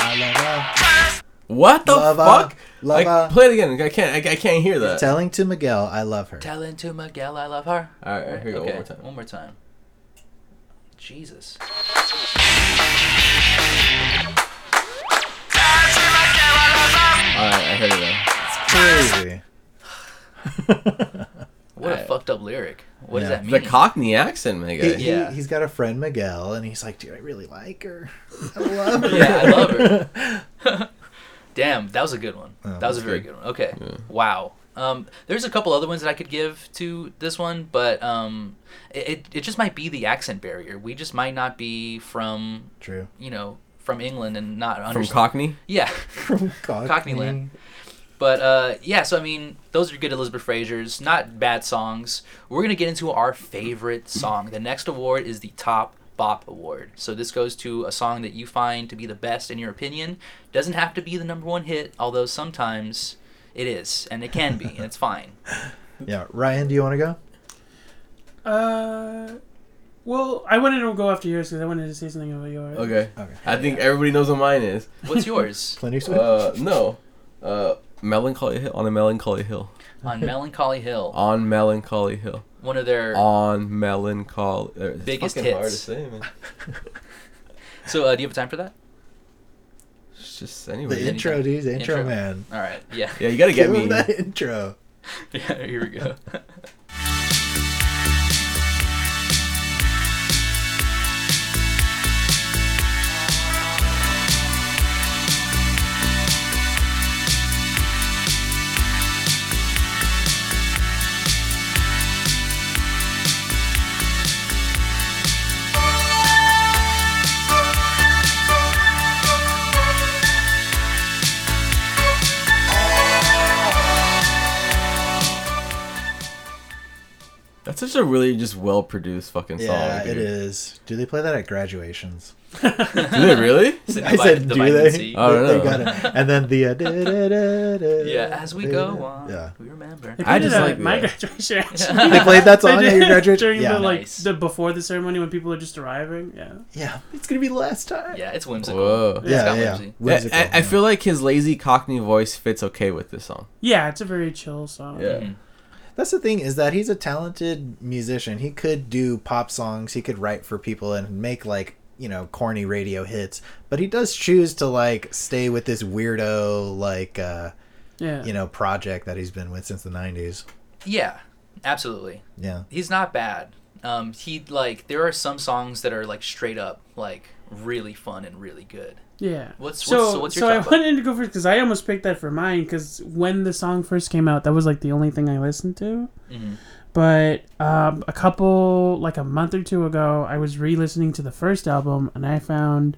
I love her.
What the
Lava,
fuck?
lava.
Like, play it again. I can't. I, I can't hear that.
Telling to Miguel I love her.
Telling to Miguel I love her.
All right, all right, here we go.
okay, Oh One
One more time.
more time. Jesus.
All right, I heard it. Now.
Crazy.
What a
Right.
fucked up lyric. What does
Yeah.
that mean?
The Cockney accent, my
He,
guy.
Yeah.
he, has got a friend Miguel, and he's like, "Dude, I really like her. I love her."
yeah, I love her. Damn, that was a good one. that was a
that's
very good
good.
one. Okay. Wow. Um, there's a couple other ones that I could give to this one, but um, it, it- it just might be the accent barrier. We just might not be from,
True.
you know, from England and not
From
understand.
Cockney.
yeah.
From Cockney.
Cockney land. But uh, yeah, so I mean, those are good Elizabeth Fraser's, not bad songs. We're gonna get into our favorite song. The next award is the Top Bop Award. So this goes to a song that you find to be the best in your opinion. Doesn't have to be the number one hit, although sometimes it is, and it can be, and it's fine.
Yeah, Ryan, do you want to go?
Uh, well, I wanted to go after yours because I wanted to say something about yours.
Okay.
Okay.
I think everybody knows what mine is.
What's yours
Clint Eastwood.
Uh, no. Uh, melancholy hill on a melancholy hill
on Melancholy Hill?
on melancholy hill
One of their
on melancholy. It's
Biggest
fucking Hard to
hits.
say, man.
so uh, do you have time for that?
It's just anyway.
the intro, dude. The intro,
Intro.
man.
All right, yeah,
Yeah, you gotta get
Give
me.
him that intro.
yeah here we go.
That's such a really just well produced fucking song.
Yeah, it
dude.
is. Do they play that at graduations?
Do they really?
It's the Oh,
I
divide-
said, do
divide and
they?
see.
I don't
They
know.
got it. And then the uh, da, da, da, da,
Yeah, as we go
da,
on,
Yeah.
we remember.
They
I
played it
just
at
like
my
that.
graduation. Actually.
They played that
They
song at
did
your graduation.
during
Yeah.
the like
Nice.
the before the ceremony when people are just arriving. Yeah,
yeah. It's gonna be the last time.
Yeah, it's whimsical.
Whoa.
It's
Yeah,
got
yeah.
whimsy.
Whimsical,
I, I- I
yeah.
feel like his lazy Cockney voice fits okay with this song.
yeah, it's a very chill song.
Yeah.
Mm-hmm. That's the thing is that he's a talented musician. He could do pop songs. He could write for people and make like you know corny radio hits. But he does choose to like stay with this weirdo like uh,
yeah.
you know project that he's been with since the '90s.
Yeah, absolutely.
Yeah,
He's not bad. Um, he like there are some songs that are like straight up like really fun and really good.
Yeah.
What's-
so?
what's- so what's your
so I
top five?
wanted to go first because I almost picked that for mine because when the song first came out, that was like the only thing I listened to.
Mm-hmm.
But um, a couple, like a month or two ago, I was re-listening to the first album and I found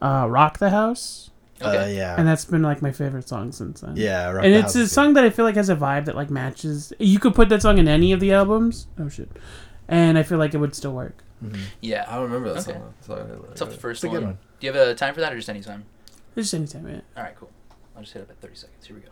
uh, "Rock the House,"
Uh,
Okay.
yeah.
and that's been like my favorite song since then.
yeah. Rock
and
the
it's
House
a
is
song that I feel like has a vibe that like matches. You could put that song in any of the albums. Oh shit! And I feel like it would still work.
yeah.
I don't remember that
Okay.
song. Though. Sorry, I didn't-
It's up the first
It's a
one.
good one.
Do you have a time for that or just any time?
Just anytime, yeah.
All right, cool. I'll just hit up at 30 seconds. Here we go.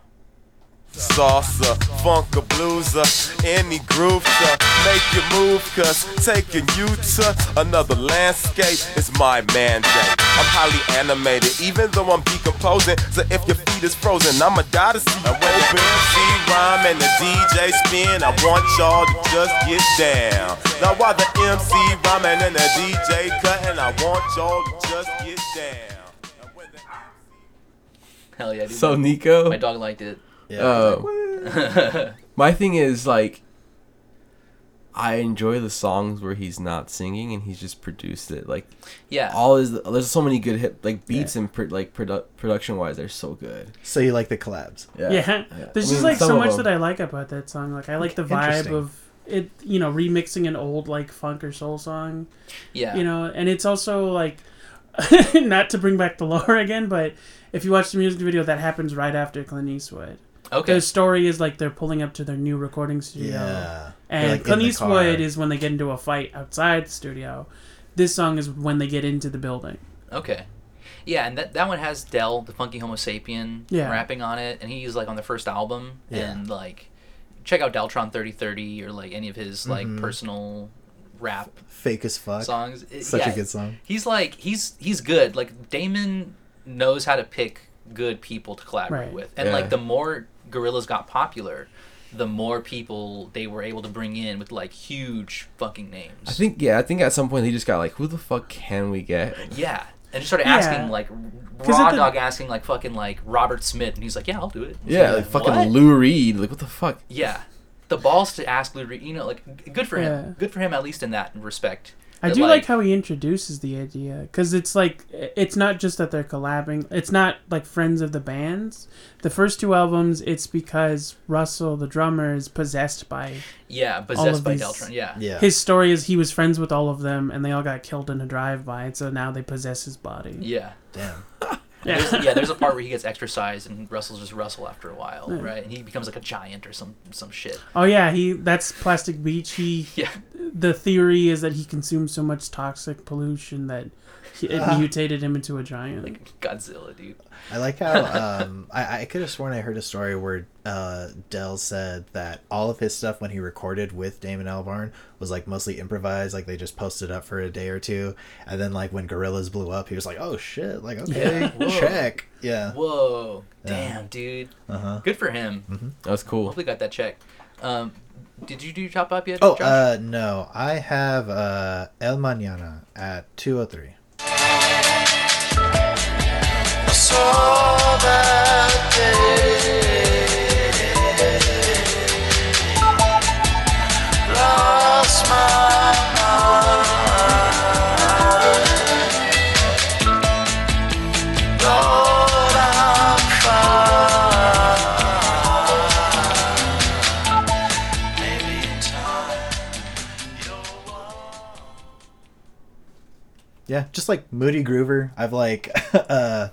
Salsa, funka blueser, any groove to make you move, cause taking you to another landscape is my mandate. I'm highly animated, even though I'm decomposing. So if your feet is frozen, I'ma die to see you open. C rhyme and the DJ spin, I want y'all to just get down. Now while the MC rhyming and the DJ cutting, I want y'all to just get down. And when the
Hell yeah, dude.
So
my
Nico,
dog liked it.
Yeah.
uh, my thing is like, I enjoy the songs where he's not singing and he's just produced it. Like
Yeah.
all is there's so many good hip like beats and pro, like produ- production wise, they're so good.
so you like the collabs?
Yeah. There's
I mean,
just like
some
so
of
much
them.
that I like about that song. Like I like the vibe
Interesting.
of it, you know, remixing an old like funk or soul song,
yeah.
you know, and it's also like not to bring back the lore again, but if you watch the music video that happens right after Clint Eastwood.
okay.
The story is like they're pulling up to their new recording studio.
Yeah. They're,
And
like, in
Clint
the
Eastwood
car.
is when they get into a fight outside the studio. This song is when they get into the building.
Okay. Yeah, and that, that one has Dell, the funky Homo sapien,
Yeah.
rapping on it, and he's like on the first album,
Yeah.
and like check out Deltron thirty thirty or like any of his like
Mm-hmm.
personal rap
Fake as fuck.
songs. It-
Such
yeah,
a good song.
He's like he's he's good. Like Damon knows how to pick good people to collaborate
Right.
with, and
Yeah.
like the more Gorillas got popular, the more people they were able to bring in with like huge fucking names.
I think yeah, I think at some point he just got like, who the fuck can we get?
Yeah. And just started
Yeah.
asking like
'Cause
raw
at the-
dog asking like fucking like Robert Smith and he's like, Yeah, I'll do it. It's
Yeah, like
like,
fucking
"What?"
Lou Reed. Like what the fuck?
Yeah. The balls to ask Lou Reed, you know, like g- good for
Yeah.
him. Good for him at least in that respect.
I
That,
do like, how he introduces the idea because it's like it's not just that they're collabing. It's not like friends of the bands. The first two albums, it's because Russell, the drummer, is possessed by
Yeah,
all
possessed
of
by
these-
Deltron. Yeah.
Yeah.
his story is he was friends with all of them and they all got killed in a drive-by, and so now they possess his body.
Yeah.
Damn.
Yeah,
There's, yeah, there's a part where he gets exercised and Russell's just Russell after a while, right? And he becomes like a giant or some some shit.
oh yeah, he that's Plastic Beach. He
Yeah.
the theory is that he consumed so much toxic pollution that he, it
Ah.
mutated him into a giant.
Godzilla, dude.
I like how um, I, I could have sworn I heard a story where uh, Dell said that all of his stuff when he recorded with Damon Albarn was like mostly improvised, like they just posted up for a day or two, and then like when Gorillas blew up, he was like, "Oh shit!" Like okay,
Yeah.
check, yeah,
Whoa. Damn, dude.
uh-huh.
Good for him.
That's cool.
Hopefully got that check. Um, did you do your top up yet?
Oh,
Josh?
uh, no, I have uh, El Mañana at two o three. Yeah, just like Moody Groover. I've like uh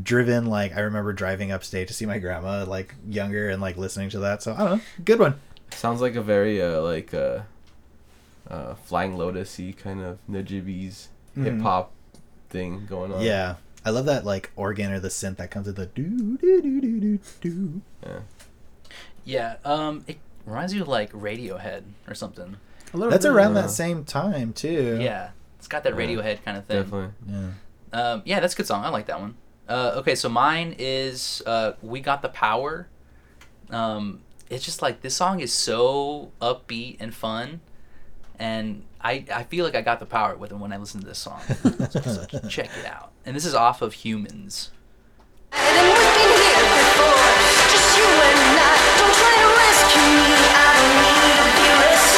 driven like I remember driving upstate to see my grandma like younger and like listening to that. So I don't know. Good one.
Sounds like a very uh, like uh, uh, flying lotusy kind of Najibis hip hop thing going on.
Yeah. I love that like organ or the synth that comes with the doo doo doo doo doo doo.
Yeah, um, it reminds you of like Radiohead or something.
A little
That's
bit.
around
Yeah.
that same time too.
Yeah, it's got that Radiohead kind of thing.
definitely.
Yeah.
Um, yeah, that's a good song. I like that one. Uh, okay, so mine is uh, "We Got the Power." Um, it's just like this song is so upbeat and fun, and I I feel like I got the power with it when I listen to this song. so check it out, and this is off of Humans.
And we've been here before, just you and I. Don't try to rescue me. I don't need to be rescued.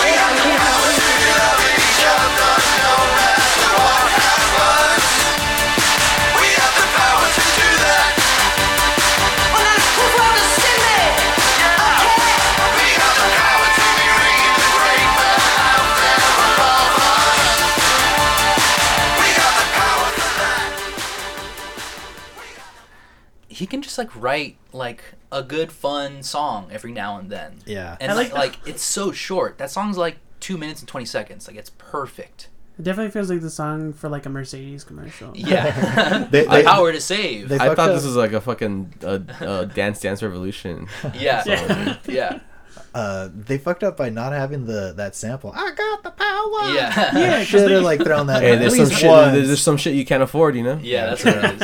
he can just like write like a good fun song every now and then.
Yeah.
and
I
like,
like-
like it's so short. That song's like two minutes and twenty seconds. Like it's perfect.
It definitely feels like the song for like a Mercedes commercial.
Yeah,
They-
the
they-
power to save.
they-
I
fucked
thought
up.
this was like a fucking uh, uh, Dance Dance Revolution.
yeah, yeah,
Yeah.
yeah.
Uh, they fucked up by not having the that sample. I got the power.
yeah.
'cause
Should
they-
have like thrown that.
hey,
at
there's some
least
shit.
once.
There's, there's some shit you can't afford, you know.
Yeah, that's what it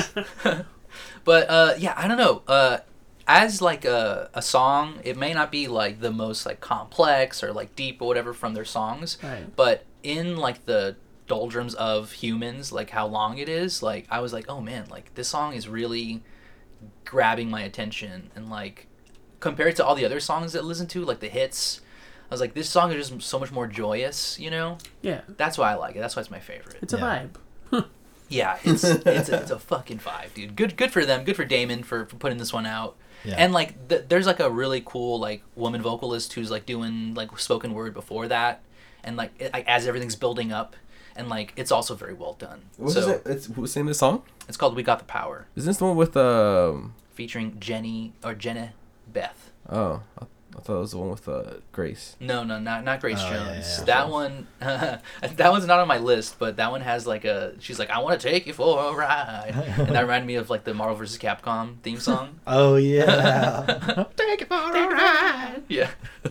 is. but uh, yeah, I don't know. Uh, as like a, a song, it may not be like the most like complex or like deep or whatever from their songs,
Right.
but in like the doldrums of humans, like how long it is, like I was like, oh man, like this song is really grabbing my attention and like compared to all the other songs that I listen to, like the hits. I was like, this song is just so much more joyous, you know.
Yeah.
That's why I like it. That's why it's my favorite.
It's a
Yeah.
vibe.
Yeah, it's it's, a, it's a fucking vibe, dude. Good good for them. Good for Damon for, for putting this one out.
Yeah.
And like, th- there's like a really cool like woman vocalist who's like doing like spoken word before that, and like it, like as everything's building up, and like it's also very well done.
What's
so
it? It's what's the name of the song?
it's called "We Got the Power,"
Is this the one with um?
featuring Jenny or Jenna Beth.
Oh, I, I thought it was the one with uh Grace.
No, no, not not Grace
Oh, yeah,
Jones.
yeah, yeah.
That one, that one's not on my list, but that one has like a. She's like, I want to take you for a ride, and that reminded me of like the Marvel vs. Capcom theme song.
Oh yeah.
Take it for a ride. Yeah.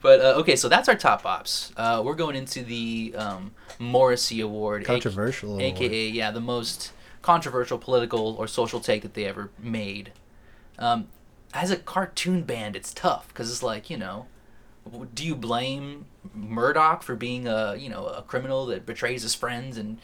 But uh, okay, so that's our top bops. Uh, we're going into the um, Morrissey Award, aka
Controversial award.
aka yeah, the most controversial political or social take that they ever made. Um, as a cartoon band, it's tough because it's like you know, w- do you blame Murdoch for being a you know a criminal that betrays his friends and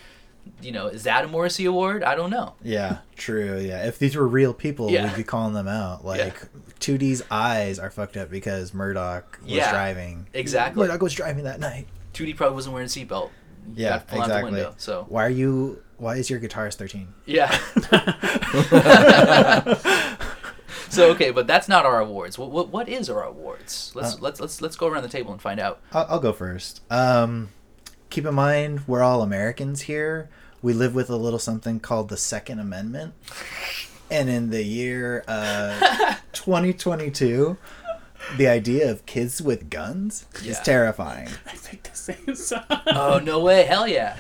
you know is that a Morrissey Award? I don't know.
Yeah, true. Yeah, if these were real people,
Yeah.
we'd be calling them out. Like, 2D's eyes are fucked up because Murdoch was
Yeah,
driving.
exactly.
Murdoch was driving that night.
2D probably wasn't wearing a seatbelt. He
Yeah,
got blown out the
exactly.
window, so
Why are you? Why is your guitarist 13?
Yeah. so okay, but that's not our awards. What what, what is our awards? Let's
Uh.
let's let's let's go around the table and find out.
I'll, I'll go first. Um, keep in mind, we're all Americans here. We live with a little something called the Second Amendment. And in the year uh, 2022, the idea of kids with guns is
Yeah.
terrifying.
I think the same song.
Oh no way! Hell yeah.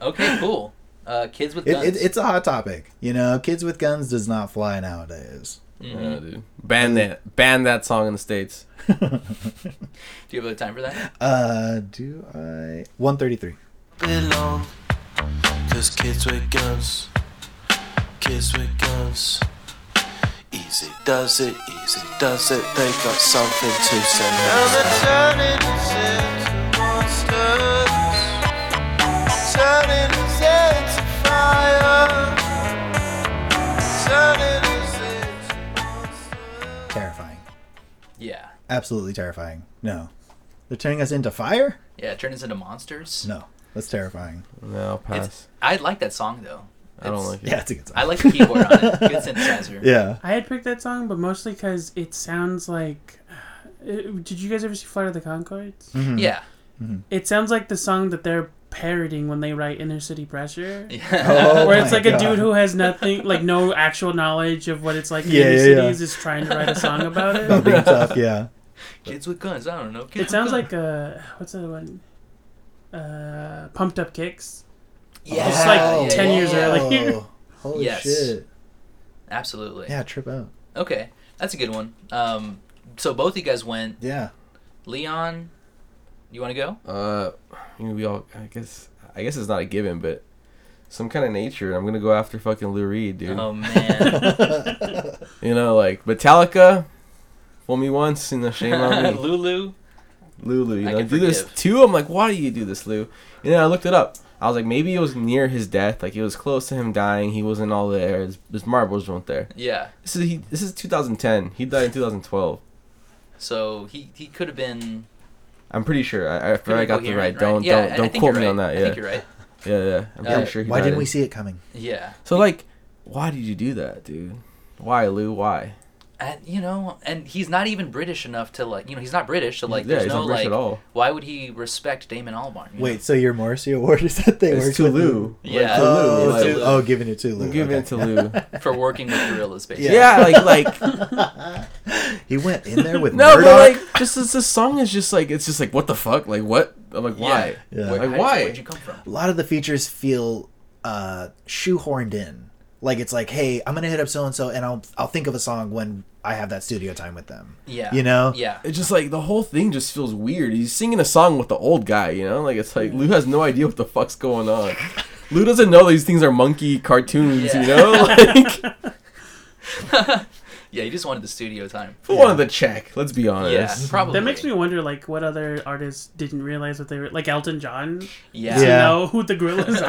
Okay, cool. Uh, kids with
It,
guns.
it, it's a hot topic. You know, kids with guns does not fly nowadays.
Yeah, dude. Ban that. Ban that song in the states.
Do you have time for that?
Uh, do I? 133.
belong. Cause kids with guns, kids with guns. Easy does it, easy does it, they got something to say. Now they're turning themselves to monsters, turning themselves to fire, turning themselves to monsters.
Terrifying.
Yeah.
Absolutely terrifying. No. They're turning us into fire?
Yeah. Turn us into monsters.
No. That's terrifying.
No, I'll pass.
It's, I like that song though.
I don't
It's-
like it.
Yeah, it's a good song.
I like the keyboard on it. Good synthesizer.
yeah.
I had picked that song, but mostly because it sounds like. Uh, Did you guys ever see Flight of the Concords?
Mm-hmm.
Yeah.
It sounds like the song that they're parroting when they write Inner City Pressure.
Oh
Where it's
my
like a
God.
dude who has nothing, like no actual knowledge of what it's like in
Yeah,
inner
yeah,
cities
yeah.
is trying to write a song about
That'd
it.
be tough, yeah.
Kids with guns. I don't know. Kids
It
with
sounds
guns.
like uh what's the other one? Uh, Pumped Up Kicks.
yeah.
It's like
yeah,
10
yeah,
years
yeah.
early.
Oh, Holy
Yes.
shit.
Absolutely.
Yeah, trip out.
Okay, that's a good one. Um, so both you guys went.
Yeah.
Leon, you want to go?
Uh, you know, we all. I guess. I guess it's not a given, but some kind of nature. I'm gonna go after fucking Lou Reed, dude.
Oh man,
You know, like Metallica. Fool me once, and the shame on me.
Lulu.
Lulu, you
I
know,
can
do this
forgive.
too. I'm like, why do you do this, Lou? You know, I looked it up. I was like, maybe it was near his death. Like, it was close to him dying. He wasn't all there. His, his marbles weren't there.
Yeah.
This is he. This is 2010. He died in 2012.
So he he could have been.
I'm pretty sure. I, I, if
could have
I
been
got the
coherent,
right. Don't
Yeah, I- I
don't don't
think
quote
you're
me on
right.
that.
I think
Yeah,
you're right.
yeah, yeah. I'm
Uh,
pretty sure. He
Why
died
didn't
in-
we see it coming?
Yeah.
So like, why did you do that, dude? Why, Lou? Why?
and, you know, and he's not even British enough to like, you know, he's not British, so like,
yeah,
there's
he's
no
not British
like,
at all.
why would he respect Damon Albarn? you know?
Wait, so your Morrissey Award is that they
It's
worked
Tulu.
with you?
Like,
Yeah.
Tulu,
Oh,
like-
Tulu. oh, giving it to Lou.
I'm giving
okay.
it to Lou.
for working with gorillas, basically.
yeah, like like
He went in there with
no, but
Murdoch.
like just this, this song is just like it's just like what the fuck, like what? I'm like why?
Yeah.
Where,
Like
how-
why?
Where'd you come from?
a lot of the features feel uh, shoehorned in. Like it's like, hey, I'm gonna hit up so and so, and I'll I'll think of a song when I have that studio time with them.
Yeah.
you know.
Yeah.
It's just like the whole thing just feels weird. He's singing a song with the old guy, you know? Like it's like Lou has no idea what the fuck's going on. Lou doesn't know these things are monkey cartoons,
Yeah.
you know? Like
Yeah, he just wanted the studio time.
who wanted the check? Let's be
Yeah,
honest.
Oh
probably.
That makes me wonder, like, what other artists didn't realize what they were like. Elton John,
Yeah.
to
Yeah.
know who the gorillas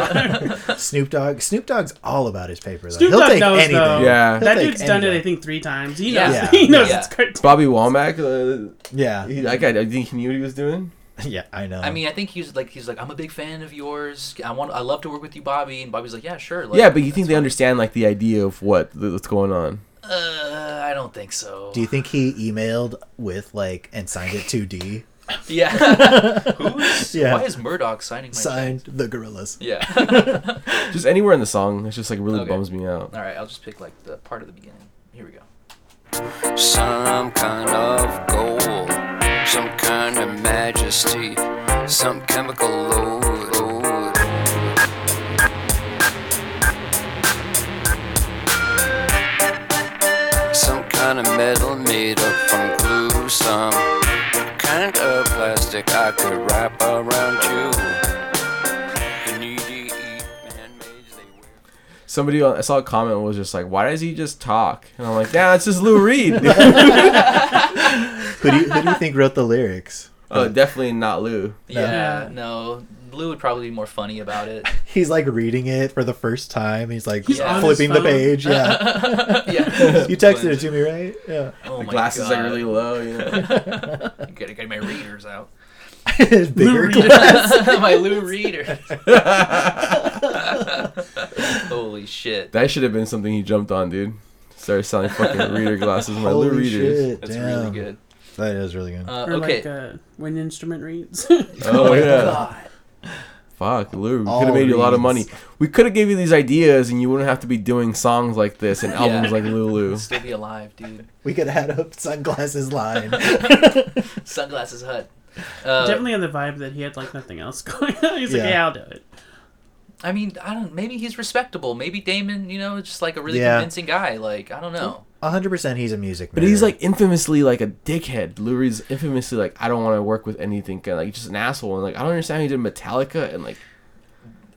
are.
Snoop Dogg. Snoop Dogg's all about his paper. Though.
Snoop
He'll
Dogg
take
knows,
anything.
though.
Yeah.
that
He'll take
dude's done it,
anything.
I think, three times. He
Yeah.
knows.
Yeah.
He knows
Yeah.
it's cartoon.
Bobby Womack, uh,
Yeah,
he, that guy, I think he knew what he was doing.
yeah. I know.
I mean, I think he's like, he's like, I'm a big fan of yours. I want, I love to work with you, Bobby. And Bobby's like, yeah, sure. Like,
yeah, but you think they understand like the idea of what th- what's going on?
Uh, I don't think so.
do you think he emailed with like and signed it 2D?
yeah. Who's?
Yeah.
Why is Murdoch signing my?
Signed the Gorillas.
Yeah.
Just anywhere in the song, it's just like really
Okay.
bums me out.
All right, I'll just pick like the part of the beginning. Here we go.
Son, I'm kind of gold, some kind of majesty, some chemical load. Some kind of metal made up from glue, some kind of plastic I could wrap around you. E The needy eat man-mades, they wear.
Somebody on- I saw a comment was just like, "Why does he just talk?" And I'm like, "Nah, it's just Lou Reed."
Who do you who do you think wrote the lyrics?
oh, definitely not Lou.
Oh Yeah. No, Lou would probably be more funny about it.
He's like reading it for the first time. He's like
He's
on his
flipping the
phone.
page. Yeah,
yeah.
you texted it to me, right? Yeah.
Oh
The
my
glasses
God.
are really low. You know?
I gotta get my readers out.
Bigger.
my Lou reader. Holy shit.
that should have been something he jumped on, dude. Started selling fucking reader glasses. My
Holy
Lou readers.
shit!
That's
damn.
really good.
That is really good.
Uh,
Or
okay.
like uh, when the instrument reads.
Oh yeah.
God.
Fuck, Lou. We
All
could have made you a lot of money.
reasons.
We could have gave you these ideas, and you wouldn't have to be doing songs like this and albums like Lulu.
Still be alive, dude.
We could have had a sunglasses line.
Sunglasses Hut. Uh,
Definitely on the vibe that he had like nothing else going on. He's
Yeah.
like, yeah, I'll do it.
I mean, I don't. Maybe he's respectable. Maybe Damon, you know, is just like a really
Yeah.
convincing guy. Like I don't know.
hundred percent, he's a music.
But he's like infamously like a dickhead. Lou Reed's infamously like I don't want to work with anything. Like he's just an asshole. And like I don't understand how he did Metallica and like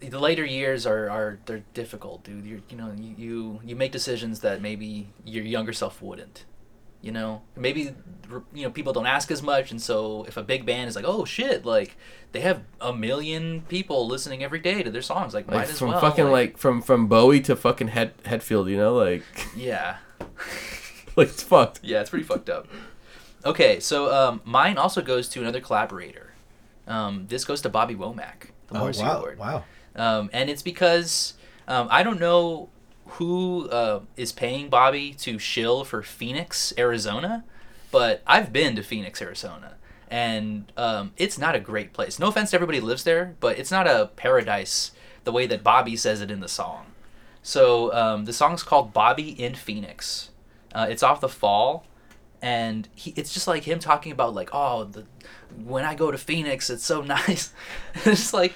The later years are are they're difficult, dude. You're you know you you, you make decisions that maybe your younger self wouldn't. You know, maybe r- you know people don't ask as much, and so if a big band is like, oh shit, like they have a million people listening every day to their songs, like,
like
might as
from
well.
fucking like, from from Bowie to fucking Head Headfield. You know like
yeah.
like it's fucked.
Yeah, it's pretty fucked up. Okay, so um, mine also goes to another collaborator. Um, this goes to Bobby Womack, the
oh,
Morrissey
wow,
Award.
wow.
Um, and it's because um, I don't know who uh, is paying Bobby to shill for Phoenix, Arizona, but I've been to Phoenix, Arizona. And um, it's not a great place. No offense to everybody who lives there, but it's not a paradise the way that Bobby says it in the song. So um, the song's called Bobby in Phoenix. Uh, it's off the fall, and he, it's just like him talking about like, oh, the, when I go to Phoenix, it's so nice. it's just like,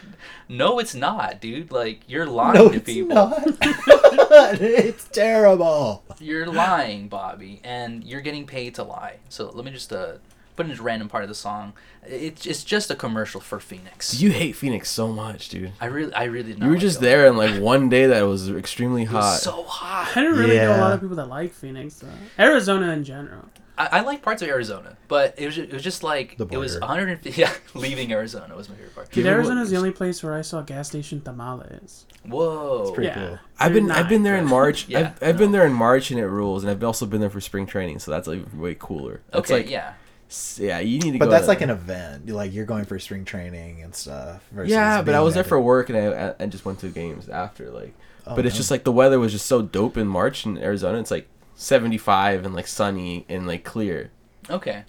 no, it's not, dude. Like you're lying
No,
to
it's
people.
not. it's terrible.
You're lying, Bobby, and you're getting paid to lie. So let me just uh, put in a random part of the song. It's it's just a commercial for Phoenix.
You hate Phoenix so much, dude.
I really I really did not
You were
like
just
it.
there and like one day that was extremely
It was
hot.
so hot.
I don't really know a lot
Yeah.
of people that like Phoenix, though. Arizona in general.
I, I like parts of Arizona, but it was it was just like
The
it was
border.
150. Yeah, leaving Arizona was my favorite part.
Dude,
Give me
Arizona's
what-
the only place where I saw gas station tamales.
Whoa.
Pretty
yeah.
cool.
I've
They're
been I've
not
been there in
good.
March.
Yeah,
I've, I've been
no.
there in March and it rules. And I've also been there for spring training, so that's like way cooler. It's
okay.
like,
yeah.
s- yeah, you need to.
But
go
that's
there.
like an event. Like you're going for spring training and stuff. versus
Yeah, but I
being
was there
at
for work and I and just went to games after like.
Oh,
but it's
no.
just like the weather was just so dope in March in Arizona. It's like 75 and like sunny and like clear.
Okay.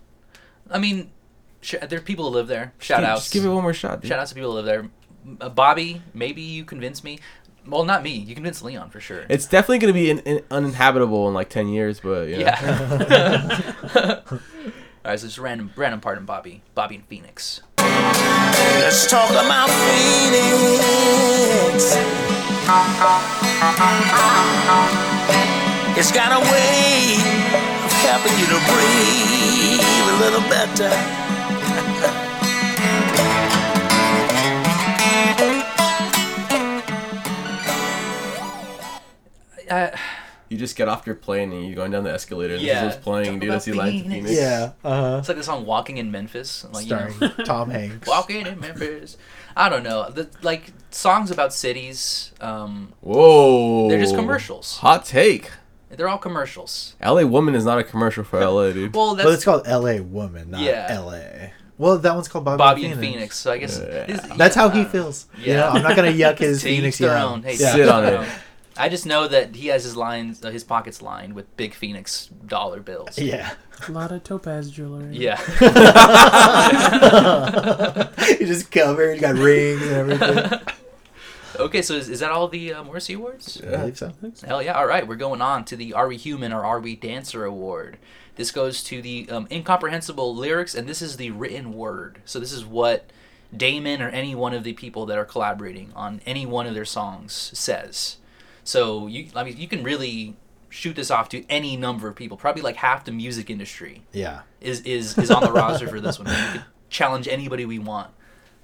I mean, sh- there are people who live there. Shout
Dude,
out.
Just give it one more shot. Dude.
Shout out to people who live there. M- uh, Bobby, maybe you convince me. Well, not me. You convinced Leon for sure.
It's definitely gonna be in, in, uninhabitable in like 10 years, but you know.
yeah. All right, so just random, random part in Bobby, Bobby and Phoenix.
Let's talk about Phoenix. It's got a way of helping you to breathe a little better.
Uh,
You just get off your plane and you're going down the escalator. And
Yeah.
this is what's playing,
Talk
dude. I
about
see Lions of
Phoenix.
Phoenix.
Yeah. Uh huh.
it's like the song "Walking in Memphis." Like, you know,
Starring Tom Hanks.
Walking in Memphis. I don't know. The, like songs about cities. Um,
Whoa.
Oh.
They're just commercials.
Hot take.
they're all commercials.
LA Woman is not a commercial for LA, dude.
Well, that's
Well, it's called L.A. Woman, not
Yeah.
L.A. Well, that one's called Bobby,
Bobby and
Phoenix.
Phoenix. So I guess
Yeah.
this-
That's how he
uh,
feels.
yeah.
Yeah. I'm not gonna yuck his
to each
Phoenix
their
yum.
own. Hey,
yeah.
Sit on
No.
it.
I just know that he has his lines, uh, his pockets lined with big Phoenix dollar bills.
Yeah.
A lot of topaz jewelry.
Yeah.
he just covered, got rings and everything.
okay, so is, is that all the uh, Morrissey Awards?
I believe so.
Hell yeah! All right, we're going on to the "Are We Human or Are We Dancer" award. This goes to the um, incomprehensible lyrics, and this is the written word. So this is what Damon or any one of the people that are collaborating on any one of their songs says. So you, I mean, you can really shoot this off to any number of people. Probably like half the music industry
Yeah.
is is is on the roster for this one. We could challenge anybody we want.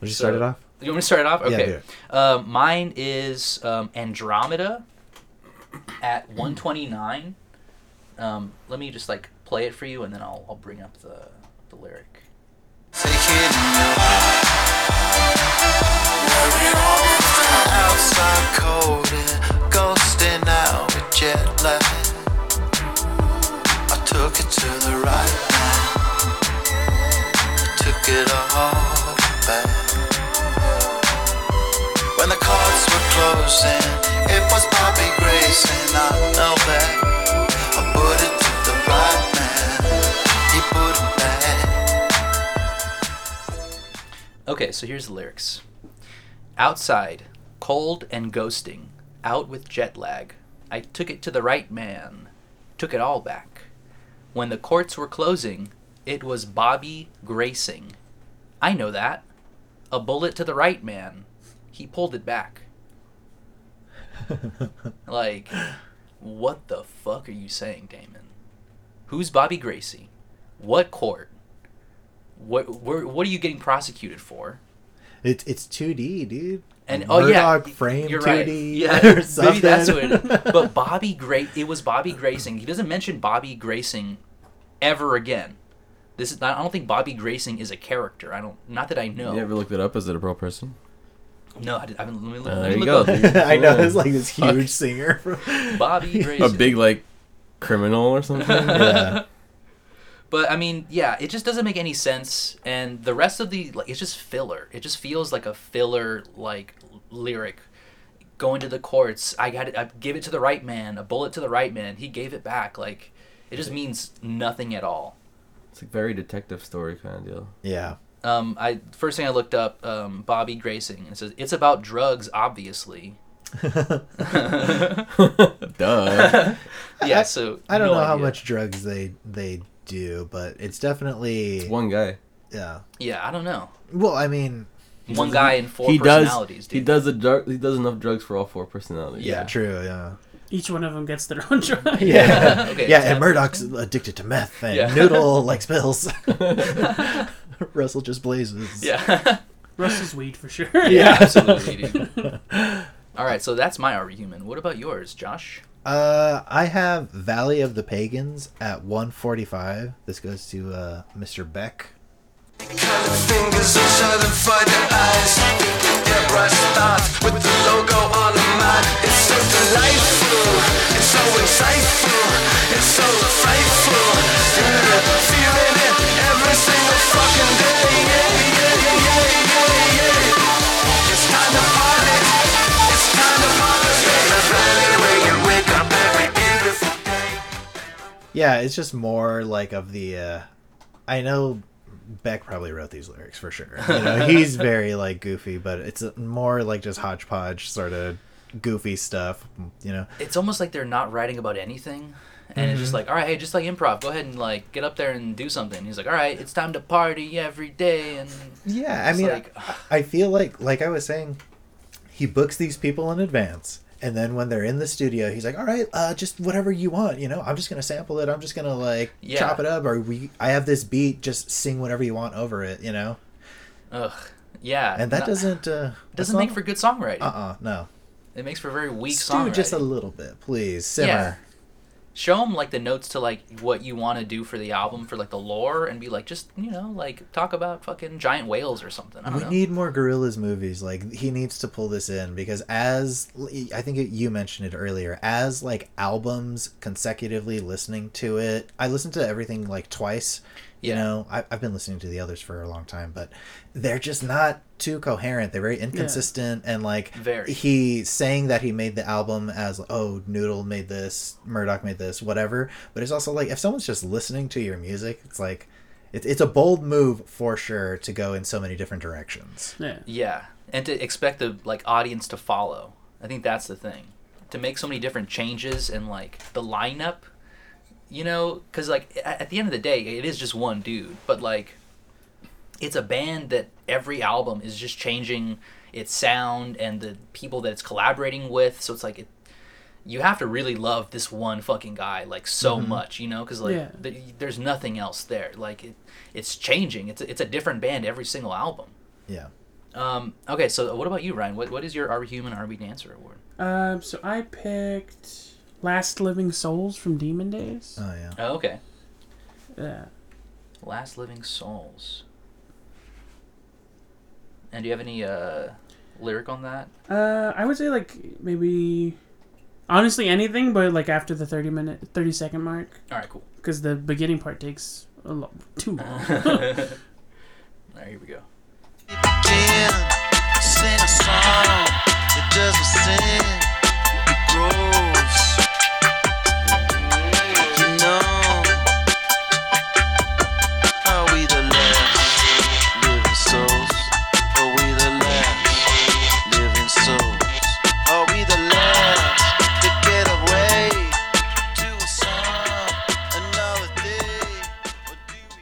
Would you
So-
start it off?
You want me to start it off?
Yeah,
Okay.
do it.
Um, mine is um, Andromeda at 129. Um, let me just like play it for you, and then I'll I'll bring up the the lyric.
Take it. Outside cold and ghosting out with jet lag. I took it to the right now. Took it all back. When the cards were closing, it was Bobby Grayson. I know that. I put it to the right man. He put it back.
Okay, so here's the lyrics. Outside, cold and ghosting, out with jet lag. I took it to the right man, took it all back. When the courts were closing, it was Bobby Gracing. I know that. A bullet to the right man. He pulled it back. like, what the fuck are you saying, Damon? Who's Bobby Gracie? What court? What where, what are you getting prosecuted for?
It, it's 2D, dude.
And
Like
oh yeah,
Murdoch frame
you're
2D
right. Yeah,
or something.
maybe that's what. It, but Bobby Gray, it was Bobby Gracing. He doesn't mention Bobby Gracing ever again. This is not, I don't think Bobby Gracing is a character. I don't. Not that I know.
You ever looked it up? Is it a real person?
No, I, didn't- I haven't. Let me look.
Uh,
let
there
me
you go.
look
dude.
I know
Yeah.
it's like this huge singer. From,
up Bobby
a
Gracing.
big like criminal or something.
yeah.
But I mean, yeah, it just doesn't make any sense. And the rest of the like, it's just filler. It just feels like a filler like l- lyric. Going to the courts, I got it. I give it to the right man. A bullet to the right man. He gave it back. Like, it just means nothing at all.
it's like very detective story kind of deal.
yeah.
Um, I first thing I looked up, um, Bobby Gracing, and it says it's about drugs, obviously.
Duh.
Yeah, so
I don't
no
know how
idea.
much drugs they they do, but it's definitely
It's one guy.
yeah.
Yeah, I don't know.
Well, I mean,
One guy and four
he does.
personalities.
He
dude.
does the drug. He does enough drugs for all four personalities.
yeah, true, yeah.
Each one of them gets their own drug.
Yeah.
Okay,
yeah,
so-
and Murdoch's addicted to meth and
Yeah.
Noodle likes pills. Russell just blazes.
Yeah.
Russell's weed for sure.
yeah, absolutely. dude. All right, so that's my Are We Human. What about yours, Josh?
Uh, I have Valley of the Pagans at 145. This goes to uh, Mr. Beck.
Fingers all shadowed by the eyes. Airbrush thoughts with the logo on the mind. It's so delightful. It's so insightful. It's so frightful. Yeah, feeling it every single fucking day. Yeah, yeah, yeah, yeah, yeah, yeah. It's time to party. It's time to party. The valley where you wake up every beautiful day.
Yeah, it's just more like of the. Uh, I know Beck probably wrote these lyrics for sure. You know, he's very like goofy, but it's more like just hodgepodge sort of goofy stuff. You know,
It's almost like they're not writing about anything. And it's just
Mm-hmm.
like, all right, hey, just like improv, go ahead and like get up there and do something. He's like, all right, it's time to party every day, and
Yeah, I
It's
mean,
like-
I feel like, like I was saying, he books these people in advance, and then when they're in the studio, he's like, "All right, uh, just whatever you want, you know. I'm just gonna sample it. I'm just gonna like
Yeah.
chop it up, or we, I have this beat, just sing whatever you want over it, you know."
ugh, yeah.
And that
no-
doesn't uh,
doesn't make for good songwriting.
uh uh no
it makes for very weak
stew
songwriting.
just a little bit, please simmer.
Yeah. show them like the notes to like what you want to do for the album for like the lore and be like just you know like talk about fucking giant whales or something i don't
We
know
need more gorillas movies. Like he needs to pull this in because as I think it, you mentioned it earlier, as like albums consecutively listening to it, I listened to everything like twice. You
Yeah.
know, I, I've been listening to the others for a long time, but they're just not too coherent. They're very inconsistent and like
Very.
he saying that he made the album as oh Noodle made this, Murdoch made this, whatever. But it's also like if someone's just listening to your music, it's like it, it's a bold move for sure to go in so many different directions.
Yeah.
yeah and to expect the like audience to follow i think that's the thing to make so many different changes in like the lineup you know because like a- at the end of the day it is just one dude but like it's a band that every album is just changing its sound and the people that it's collaborating with so it's like it, you have to really love this one fucking guy like so much you know because like
Yeah.
th- there's nothing else there like it, it's changing it's a, it's a different band every single album
Yeah.
um, okay, so what about you, Ryan? What what is your Are We Human, Are We Dancer award?
Um, so I picked Last Living Souls from Demon Days.
Oh yeah.
Oh, okay.
Yeah.
Last Living Souls. And do you have any uh, lyric on that?
Uh, I would say like maybe, honestly, anything, but like after the thirty minute, thirty second mark,
All right, cool.
because the beginning part takes a lot too long.
All right, here we go.
begin, sing a song. It doesn't sing, it grows. You know, are we the last living souls? Are we the last living souls? Are we the last to get away to a song, another day? Or do we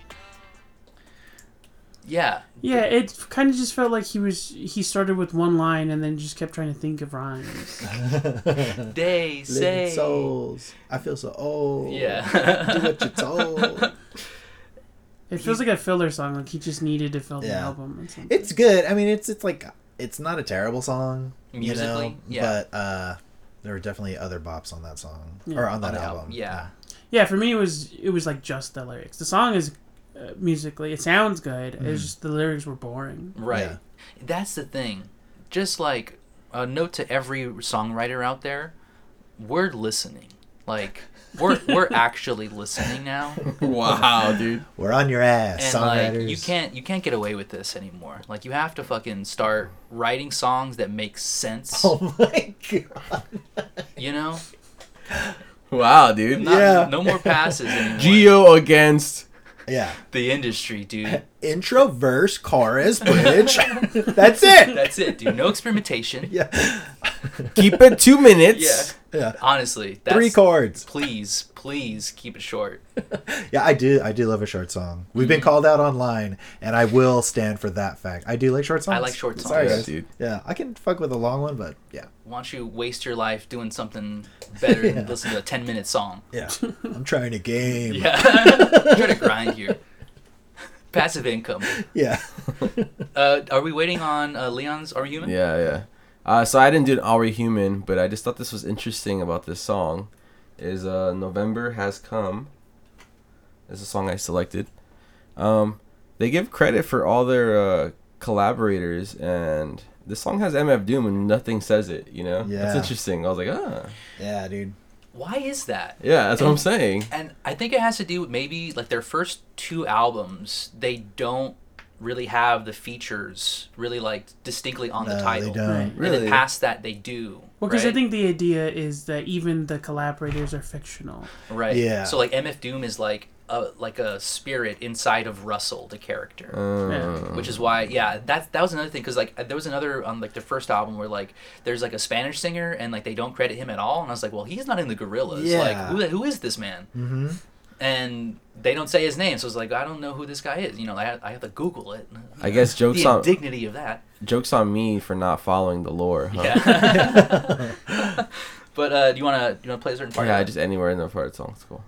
Yeah,
yeah, it kind of just felt like he was he started with one line and then just kept trying to think of rhymes.
they say.
Living souls. I feel so old. Do
Yeah.
what you're told.
It feels like a filler song, like he just needed to fill the
Yeah.
album. Or something.
It's good. I mean, it's it's like it's not a terrible song, you know,
Musically, yeah.
but uh there were definitely other bops on that song or on that
the
album.
album, yeah.
yeah, for me it was it was like just the lyrics. The song is uh, musically it sounds good. It's just the lyrics were boring.
Right.
Yeah.
That's the thing. Just like a note to every songwriter out there, we're listening. Like we're we're actually listening now.
wow, dude.
We're on your
And
ass, songwriters.
like you can't you can't get away with this anymore. Like you have to fucking start writing songs that make sense,
Oh my god.
you know?
Wow, dude.
Not,
Yeah.
No more passes anymore.
Geo against.
Yeah.
the industry, dude.
Intro, verse, chorus, bridge. That's it.
That's it, dude. No experimentation.
Yeah.
Keep it two minutes.
Yeah.
Yeah.
Honestly, that's
Three chords.
Please, please keep it short.
Yeah, I do. I do love a short song. We've
Mm-hmm.
been called out online, and I will stand for that fact. I do like short songs.
I like short songs.
Sorry,
Yeah,
guys.
dude.
Yeah, I can fuck with a long one, but yeah,
Why don't you waste your life doing something better than listen to a 10 minute song?
yeah. I'm trying to game.
Yeah. Try to grind here. Passive income.
Yeah.
Uh, are we waiting on uh, Leon's Are We Human?
Yeah, yeah. Uh, so I didn't do an Are We Human, but I just thought this was interesting about this song. Is uh, November Has Come. This is a song I selected. Um, they give credit for all their uh, collaborators, and this song has MF Doom, and nothing says it, you know?
Yeah.
That's interesting. I was like, ah.
Yeah, dude.
Why is that?
Yeah, that's what I'm saying.
And I think it has to do with maybe like their first two albums, they don't really have the features really like distinctly on
No,
the
they
title.
don't.
Right.
And
Really?
then past that, they do.
Well, because
right?
I think the idea is that even the collaborators are fictional.
right.
Yeah.
So like MF Doom is like a like a spirit inside of Russell, the character.
Uh,
which is why yeah that that was another thing because like there was another on like the first album where like there's like a spanish singer and like they don't credit him at all and i was like well he's not in the gorillas like
Yeah.
who, the- who is this man mm-hmm. and they don't say his name so it's like i don't know who this guy is you know i, I have to google it
I guess jokes
the
on
indignity of that
jokes on me for not following the lore. Huh? Yeah,
yeah but uh do you want to you want to play a certain part
just anywhere in the part song. It's cool.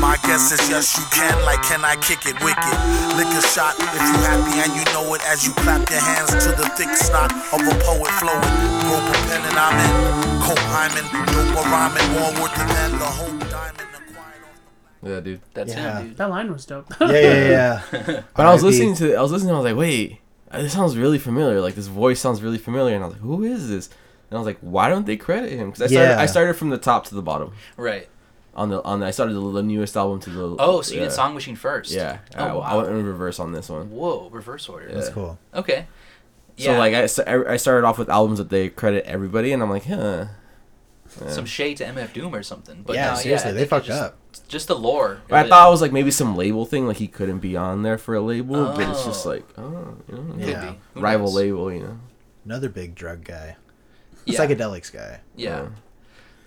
My guess is yes, you can. Like, can I kick it wicked? Lick a shot if you happy and you know it as you clap your hands to the thick snot of a poet flowing. Rope a pen and I'm in. Colt Hyman, dope a rhyming, more worth it than the whole diamond. acquired off the-
Yeah, dude.
that's
Yeah.
him dude
That line was dope.
Yeah, yeah, yeah.
But I
R.I.P.
was listening to I was listening. I was like, wait, uh, this sounds really familiar. Like this voice sounds really familiar. And I was like, who is this? And I was like, why don't they credit him? Because I started
Yeah.
I started from the top to the bottom
right
on the on the, I started the, the newest album to the
oh so you
yeah.
did song wishing first
Yeah,
oh
I,
wow
I went in reverse on this one.
whoa reverse order
Yeah.
That's cool.
okay
So like I, s- I- I started off with albums that they credit everybody, and I'm like, huh.
some shade to MF Doom or something. But
yeah,
no, yeah,
seriously,
I
they
think
fucked
it's just,
up.
Just the lore.
But I thought it was like maybe some label thing, like he couldn't be on there for a label, but it's just
Oh.
like oh, you know,
Could
Yeah.
be. Who
rival
knows?
label, you know,
Another big drug guy,
Yeah.
psychedelics guy.
yeah.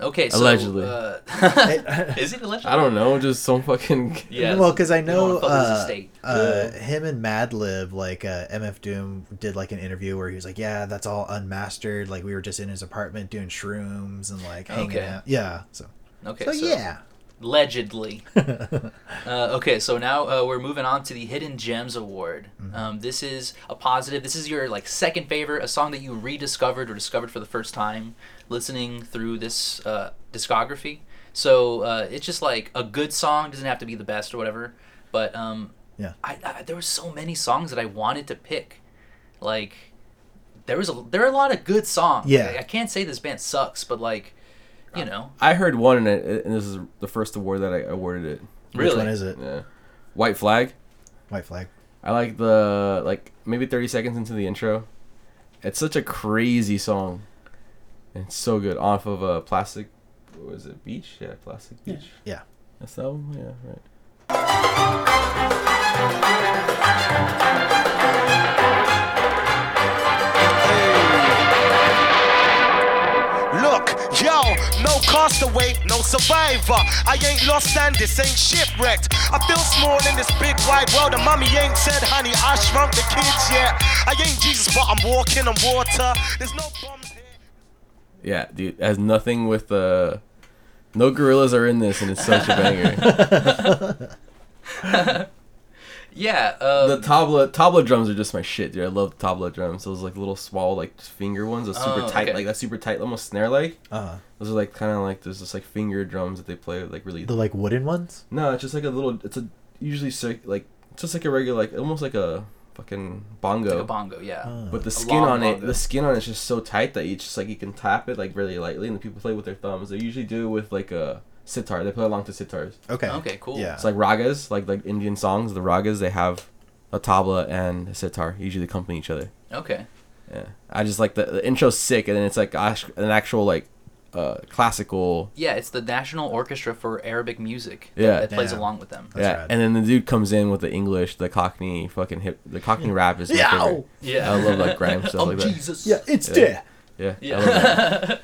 Okay. So,
Allegedly.
Uh, is it allegedly?
I don't know, just some fucking
Yeah.
well, because I
we don't
know
wanna fuck with his
uh,
estate.
uh, him and Madlib, like uh, MF Doom, did like an interview where he was like, "Yeah, that's all unmastered. Like we were just in his apartment doing shrooms and like hanging
Okay.
out. Yeah, so
Okay.
so, yeah,
Allegedly. uh, okay, so now uh, we're moving on to the Hidden Gems Award.
Mm-hmm.
Um, this is a positive. This is your like second favorite, a song that you rediscovered or discovered for the first time, listening through this uh, discography. So uh, it's just like a good song doesn't have to be the best or whatever. But um,
yeah.
I, I there were so many songs that I wanted to pick. Like there was a there are a lot of good songs.
Yeah. Uh,
I, I can't say this band sucks, but like, you know,
I heard one, and, it, and this is the first award that I awarded it.
really.
Which one is it?
Yeah. White Flag.
White Flag.
I like the like maybe thirty seconds into the intro. It's such a crazy song. And It's so good. Off of a uh, plastic, what was it beach? Yeah, plastic beach.
Yeah,
That's that one. Yeah, right.
Look, yo, no castaway, no survivor. I ain't lost and this ain't shipwrecked. I feel small in this big wide world, and mommy ain't said, honey, I shrunk the kids yet. I ain't Jesus, but I'm walking on water. There's no bombs here.
Yeah, dude. It has nothing with uh, no gorillas are in this, and it's such a banger.
Yeah. Uh,
the tabla tabla drums are just my shit, dude. I love tabla drums. Those like little small like finger ones, those super
Oh,
tight,
okay.
like that super tight, almost snare like.
uh,
Those are like kind of like there's just like finger drums that they play with, like really
the like wooden ones.
No, it's just like a little. It's a usually cir- like it's just like a regular like almost like a fucking bongo.
like a bongo. Yeah.
But the skin
long
on it,
bongo.
the skin on it's just so tight that you just like you can tap it like really lightly, and the people play with their thumbs. They usually do it with like a sitar. They play along to sitars.
Okay.
Okay, cool.
Yeah.
It's like ragas, like like Indian songs. The ragas they have a tabla and a sitar. Usually accompany each other.
Uh.
Okay.
Yeah, I just like the, the intro's sick, and then it's like ash- an actual like uh classical
Yeah, it's the National Orchestra for Arabic Music. that-
Yeah.
That plays
Damn.
along with them.
That's
yeah,
rad.
and then the dude comes in with the English, the Cockney fucking hip, the Cockney rap is my
Yow!
favorite.
Yeah.
I love like grime stuff
oh
like that.
Jesus.
yeah, it's
Yeah.
there.
Yeah, I love that.
Yeah.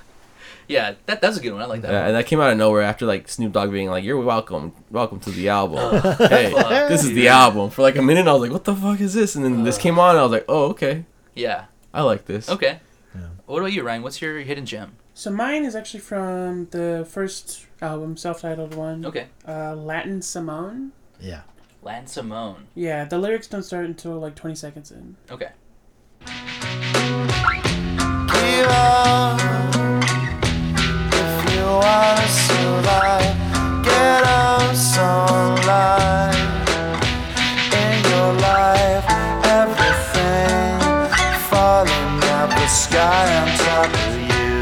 yeah. That that's a good one. I like that.
Yeah, and that came out of nowhere after like Snoop Dogg being like, "You're welcome, welcome to the album. hey, this is the album." For like a minute, I was like, "What the fuck is this?" And then this came on, and I was like, "Oh, okay,
Yeah.
I like this."
Okay. What about you, Ryan? What's your hidden gem?
So mine is actually from the first album, self-titled one.
Okay.
Uh, Latin Simone.
Yeah.
Lan Simone.
Yeah, the lyrics don't start until like 20 seconds in.
Okay.
Give up if you wanna survive. Get up sunlight in your life. Everything falling out the sky on top of you.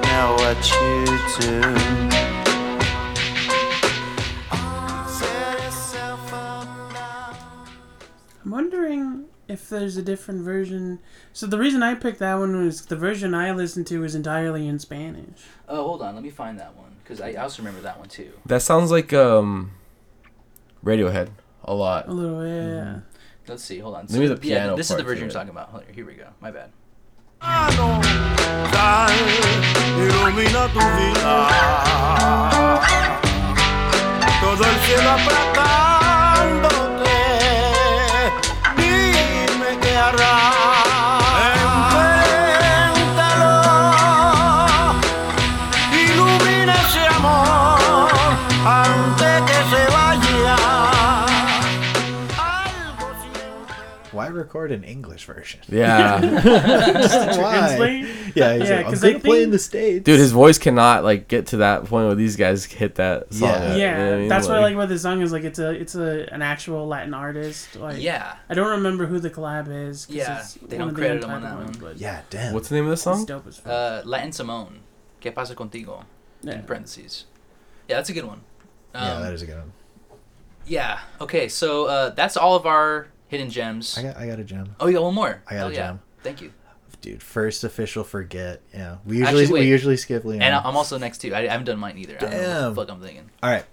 Now what you do? Set yourself up now.
I'm wondering if there's a different version. So the reason I picked that one was the version I listened to is entirely in Spanish.
Oh, hold on. Let me find that one because I I also remember that one too.
That sounds like um, Radiohead a
A
lot.
little, yeah.
Let's see. Hold on.
Maybe the
Yeah,
piano
this is the
part
version
to
you're
it.
talking about. Hold on, Here we go. My bad.
Dale, ilumina tu vida. Todo el cielo apretándote. Dime qué harás. Invéntalo. Ilumina ese amor antes que se vaya. Algo siempre.
Why record an English version?
Yeah,
Why?
Translate?
Yeah, he's
Yeah,
like, I'm
'cause
gonna
I
play
think-
in the states,
dude, his voice cannot like get to that point where these guys hit that song.
Yeah.
at, you know
Mm-hmm. yeah,
what I mean?
that's what I like about this song is like it's a it's a an actual Latin artist. Like
Yeah.
I don't remember who the collab is. 'cause
Yeah,
it's
they
one
don't
of the
credit him on
untitled
that
ones, But
Yeah, damn.
What's the name of this
it's
song?
dope as fuck.
Uh, Latin Simone. ¿Qué pasa contigo?
yeah.
In parentheses. Yeah, that's a good one. Um,
yeah, that is a good one.
yeah. Okay, so uh, that's all of our hidden gems.
I got, I got a gem,
oh, you got one more.
I got
Hell
a
yeah.
gem.
Thank you.
dude. First official forget. Yeah, we usually
Actually, wait.
we usually skip Leon.
And um, I- I'm also next too. I, I haven't done mine either. I don't know
Damn.
what the fuck I'm thinking.
All right,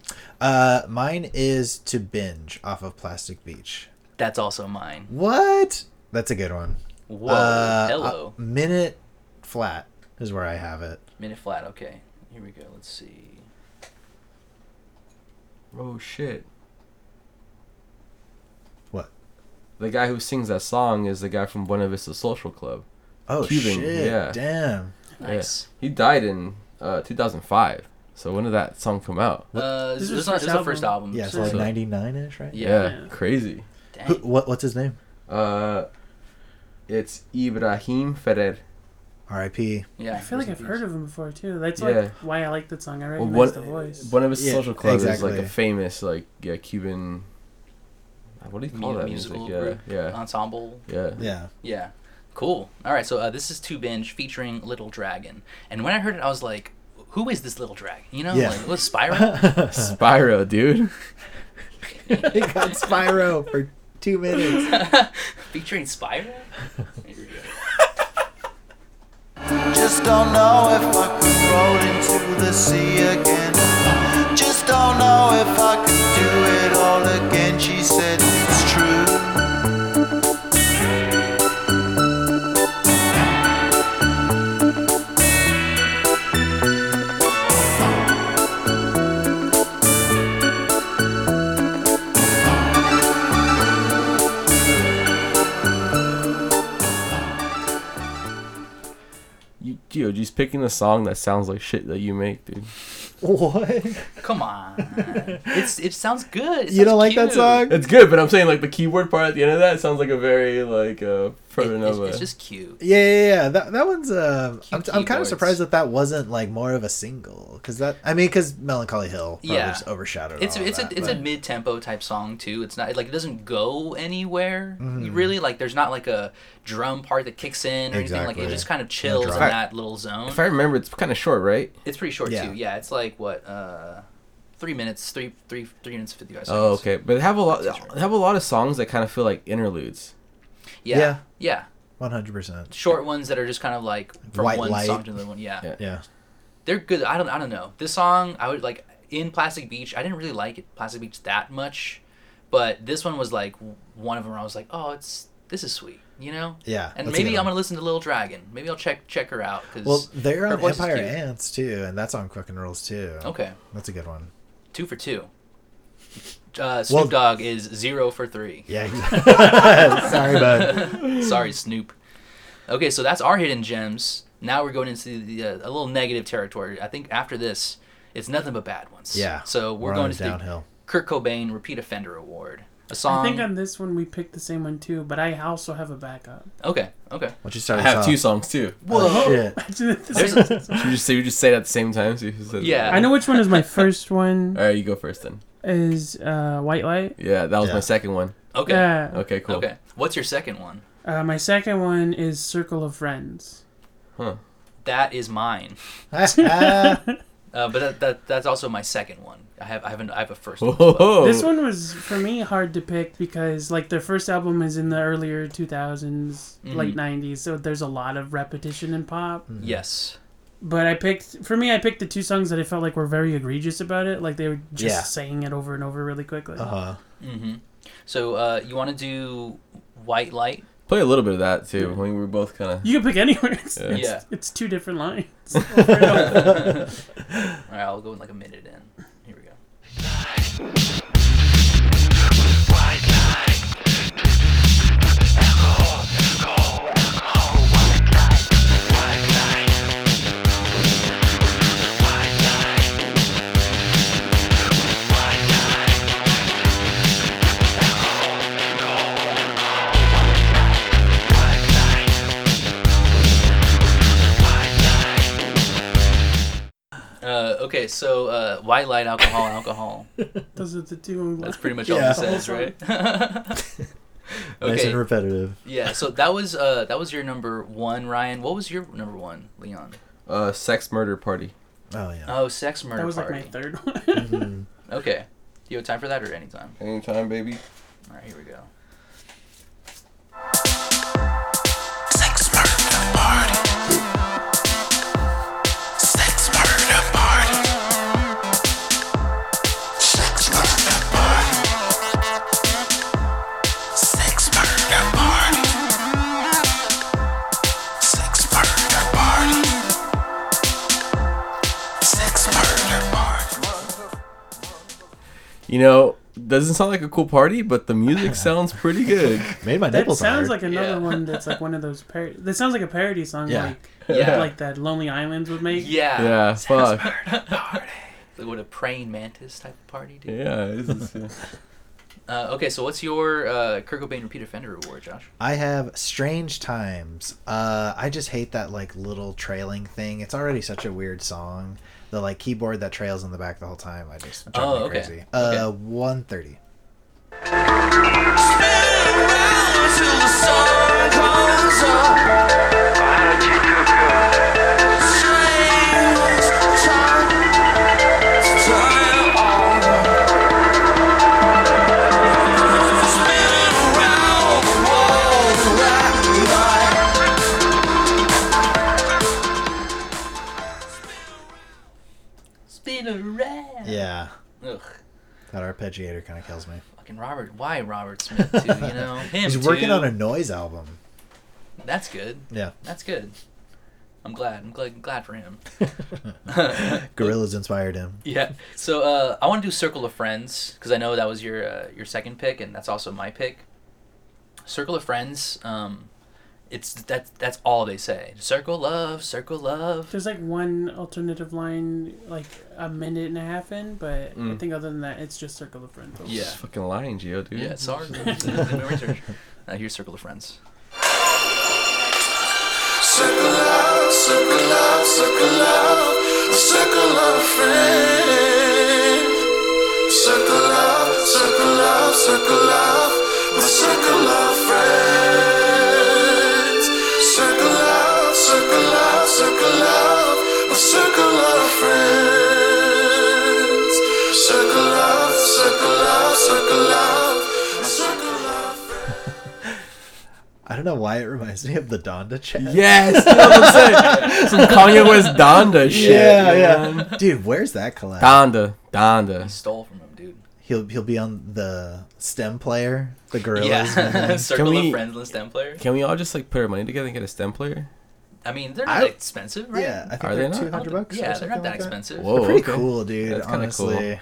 uh, mine is to binge off of Plastic Beach.
That's also mine.
What? That's a good one.
Whoa.
Uh,
hello.
a minute flat is where I have it.
Minute flat. Okay. Here we go. Let's see.
Oh shit.
What?
The guy who sings that song is the guy from Buena Vista Social Club.
Oh
Cuban,
shit!
yeah.
Damn.
Yeah.
Nice.
He died in uh, 2005. So when did that song come out?
Uh, this,
This
this,
is
one- this
his
is the
album.
first album.
Yeah, so
so-
like
So-
ninety nine ish, right?
Yeah,
Yeah.
crazy.
Dang.
Who, what? What's his name?
Uh, it's Ibrahim Ferrer.
R.I.P.
yeah.
I feel like I've heard of him before too. That's
Yeah.
like why I like that song. I recognize
one,
the voice.
one of his
Yeah,
social clubs is like
exactly.
a famous like yeah Cuban. uh, What do you call
Mu-
that
musical
music? Yeah,
group,
yeah,
ensemble.
yeah.
Yeah.
Yeah. Cool. All right. So uh, this is Two Binge featuring Little Dragon. And when I heard it, I was like, who is this Little Dragon? You know,
Yeah.
like, was Spyro?
Spyro, dude.
It got Spyro for two minutes.
featuring Spyro? Here we go.
Just don't know if I could roll into the sea again. Just don't know if I could do it all again. She said it's true.
You, Gio, just picking the song that sounds like shit that you make, dude.
what?
Come on. It's It sounds good. It
You
sounds
don't like that
cute.
song?
It's good, but I'm saying like the keyboard part at the end of that sounds like a very like uh,
It-
proto
it's,
nova.
it's just cute.
Yeah, yeah, yeah. That that one's. Uh, I'm,
Cute
I'm kind of
keyboards.
surprised that that wasn't like more of a single, because that. I mean, because Melancholy Hill probably
Yeah.
just overshadowed.
It's
all of
it's
that,
a it's
but-
a mid tempo type song too. It's not like it doesn't go anywhere
Mm-hmm.
really. Like there's not like a drum part that kicks in or anything. Like
Exactly.
it just kind of chills in
drum.
that little zone.
if I remember, it's kind of short, right?
It's pretty short
Yeah.
too. Yeah, it's like what uh, three minutes, three three three minutes fifty five seconds.
Oh, okay. But they have a lot. They have a lot of songs that kind of feel like interludes.
Yeah, yeah,
Yeah. One hundred percent.
Short ones that are just kind of like from
White
one
light.
song to another one. Yeah.
Yeah.
Yeah.
they're good. I don't I don't know this song. I would like in Plastic Beach. I didn't really like it, Plastic Beach that much, but this one was like w- one of them. Where I was like, oh, it's this is sweet, you know.
Yeah,
And
that's a
maybe
good
I'm
one.
gonna listen to Little Dragon. Maybe I'll check check her out because
Well, they're
her
on
voice is
Empire
cute. Oh.
Ants too, and that's on Quick and Rolls too.
Okay.
That's a good one.
two for two. Uh, Snoop
Well-
Dogg is zero for three.
Yeah. Sorry, bud.
Sorry, Snoop. Okay, so that's our hidden gems. Now we're going into the uh, a little negative territory. I think after this, it's nothing but bad ones.
Yeah.
So we're,
We're on
going
a
to
downhill.
the Kurt Cobain Repeat Offender Award. A
I
song.
think on this one we picked the same one too, but I also have a backup.
Okay. Okay.
Why don't you start?
I
us
have
off?
two songs too.
Oh, shit.
There's a-
Should we uh, just say we just say it at the same time? So you just said-
Yeah.
I know which one is my first one
All right, you go first then.
is uh, White Light.
Yeah, that was
Yeah.
my second one.
okay.
Yeah.
Okay, cool.
Okay. What's your second one?
Uh, my second one is Circle of Friends.
Uh-huh.
That is mine. Uh, but that, that that's also my second one. I have I haven't I have a first one. as well.
Whoa.
This one was for me hard to pick because like their first album is in the earlier 2000s,
Mm-hmm.
late 90s, so there's a lot of repetition in pop.
Yes.
But I picked for me I picked the two songs that I felt like were very egregious about it, like they were just
Yeah.
saying it over and over really quickly.
Uh,
So uh, you want to do White Light?
Play a little bit of that too. I mean, we were both kind of.
You can pick any words.
Yeah.
It's,
Yeah.
it's two different lines. over and over.
All right, I'll go in like a minute in. Here we go. Uh, okay, so uh, White Light, alcohol, and alcohol.
Those are the two.
That's pretty much all
Yeah.
it says, right?
Nice and
okay.
repetitive.
Yeah. So that was uh, that was your number one, Ryan. What was your number one, Leon?
Uh, sex murder party.
Oh yeah. Hmm.
Oh, sex murder
That was like
party.
my third one.
Okay. Do you have time for that or anytime?
Anytime, baby.
All right, here we go.
Sex murder party. Sex murder party. Sex murder party. Sex murder party. Sex murder party. Sex murder party.
You know, doesn't sound like a cool party, but the music sounds pretty good.
Made my
that
nipples
sounds
hard.
like another
Yeah.
one that's like one of those. Par- that sounds like a parody song,
Yeah.
like
Yeah.
like that Lonely Islands would make.
Yeah.
Yeah, fuck.
Like what a praying mantis type of party, dude.
Yeah, this is,
Uh, okay, so what's your uh, Kurt Cobain Repeat Offender Award, Josh?
I have strange times. Uh, I just hate that like little trailing thing. It's already such a weird song. The like keyboard that trails in the back the whole time. I just drive
Oh,
me
okay.
crazy. Uh, one thirty.
Spin around.
Yeah,
Ugh,
that arpeggiator kind of kills me.
fucking Robert. Why Robert Smith? Too, you know him.
He's working
too.
on a noise album.
That's good.
Yeah,
That's good. I'm glad. I'm glad. glad for him.
Gorillas inspired him.
Yeah. So uh, I want to do Circle of Friends because I know that was your uh, your second pick, and that's also my pick. Circle of Friends. Um, it's that that's all they say. Circle love, circle love.
There's like one alternative line, like a minute and a half in, but I think other than that, it's just Circle of Friends.
Mm. Yeah.
fucking lying, Gio, dude.
Yeah. Sorry. Didn't do my research. Uh, here's Circle of Friends.
Circle up, circle up, circle up, circle up, friend. Circle up, circle up, circle up, my circle of friends. Circle up, circle up, circle up, my circle of friends. Circle up, circle up, circle up, my circle of friends.
I don't know why it reminds me of the Donda chat.
Yes, that's what I'm saying. Some Kanye West Donda shit.
yeah,
man.
yeah. Dude, where's that collab?
Donda, Donda.
Stole from him, dude.
he'll he'll be on the stem player, the Gorillas.
yeah.
man.
circle
Can
of
we-
Friends list stem player.
Can we all just like put our money together and get a stem player?
I mean, they're not
I-
expensive, right?
Yeah, I think
Are they
they're
not?
two hundred bucks.
Yeah,
or
they're
something
not that
like
expensive.
Whoa,
Pretty
Oh, okay.
cool, dude.
That's kinda cool.
honestly,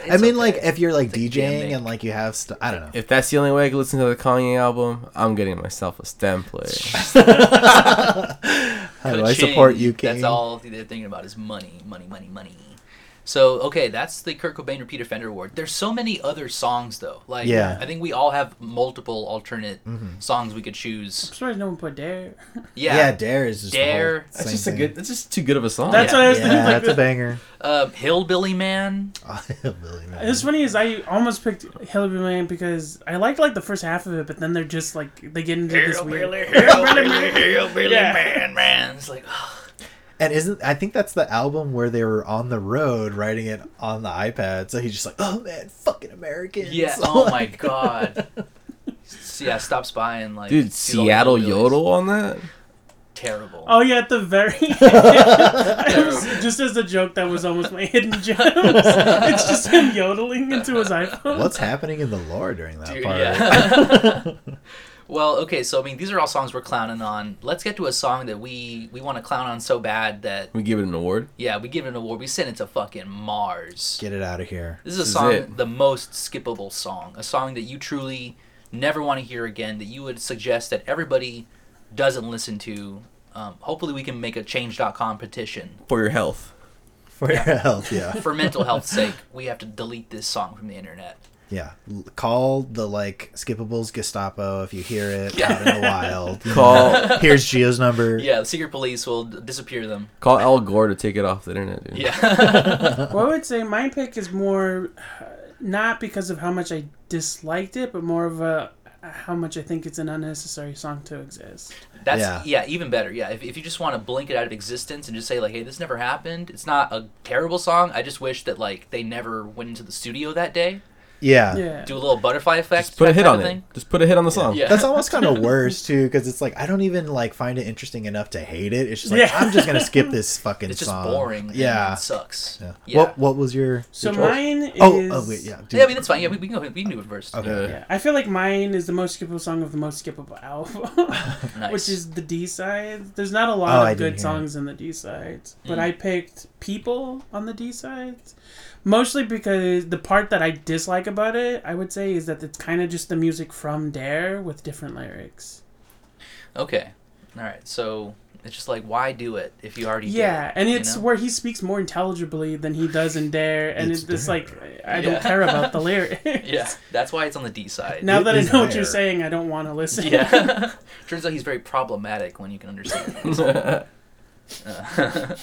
I
It's
mean,
okay.
like if you're like
It's a
DJing
gimmick.
and like you have stuff. I don't know.
If that's the only way I can listen to the Kanye album, I'm getting myself a stem player.
How do I support
Ka-ching.
you, King?
That's all they're thinking about is money, money, money, money. So okay, that's the Kurt Cobain Repeat Offender Award. There's so many other songs though. Like
Yeah. Mm-hmm.
I think we all have multiple alternate songs we could choose.
I'm surprised no one put Dare.
Yeah.
Yeah, Dare is just the
Dare.
whole
That's
That's
same
just a
thing.
good. That's just too good of a song.
That's
Yeah.
what I was
Yeah,
thinking.
that's a
Like,
banger.
Uh, Hillbilly Man.
Hillbilly Man.
it's funny is I almost picked Hillbilly Man because I liked like the first half of it, but then they're just like they get into this weird.
Hillbilly Man, man. It's like, ugh.
And isn't I think that's the album where they were on the road writing it on the iPad. So he's just like, "Oh man, fucking Americans."
Yeah. Oh my god. S- yeah. Stops by and like.
Dude,
sees all the
Seattle
hillbillies.
Yodel on that?
Terrible.
Oh yeah, at the very just as a joke that was almost my hidden gem. it's just him yodeling into his iPhone.
What's happening in the lore during that
Dude,
part?
yeah. well, okay. So I mean, these are all songs we're clowning on. Let's get to a song that we we want to clown on so bad that
We give it an award.
yeah, we give it an award. We send it to fucking Mars.
Get it out of here.
This is a
This is
song,
it.
the most skippable song, a song that you truly never want to hear again, that you would suggest that everybody doesn't listen to. Um, hopefully, we can make a change.com petition.
For your health.
For your health, yeah.
For mental health's sake, we have to delete this song from the internet.
Yeah. L- Call the like Skippables Gestapo if you hear it out in the wild.
Call
Here's Gio's number.
Yeah, the secret police will d- disappear them.
call Al Gore to take it off the internet, dude.
Yeah.
Well, I would say my pick is more uh, not because of how much I disliked it, but more of a how much I think it's an unnecessary song to exist.
That's, yeah. even better. Yeah, if, if you just want to blink it out of existence and just say, like, hey, this never happened, it's not a terrible song. I just wish that, like, they never went into the studio that day.
Yeah.
Yeah.
Do a little butterfly effect.
Just put a
that
hit
type
on
of
it.
thing.
Just put a hit on the song.
Yeah.
That's almost kind of worse too, because it's like I don't even like find it interesting enough to hate it. It's just like
Yeah.
I'm just gonna skip this fucking
It's just
song.
boring. Yeah,
Yeah.
it sucks.
yeah.
Yeah.
What What was your?
So
your choice?
mine is.
Oh, oh wait, yeah. dude.
yeah, I mean that's fine. Yeah, we, we can go. We can do it first.
Uh,
Okay.
Yeah, I feel like mine is the most skippable song of the most skippable album,
Nice.
which is the D sides. There's not a lot
Oh,
of
I didn't
good
hear
songs in the D sides,
Hmm.
but I picked People on the D sides, mostly because the part that I dislike about it, I would say, is that it's kind of just the music from Dare with different lyrics.
okay. All right. So it's just like, why do it if you already? did
Yeah,
it,
and
you
it's
know?
where he speaks more intelligibly than he does in Dare, and
It's
it's, just like I
Yeah.
don't care about the lyrics.
Yeah, that's why it's on the D side.
Now
It
that I
is
know what
Dare.
you're saying, I don't want to listen.
Yeah. Turns out he's very problematic when you can understand. him. Uh,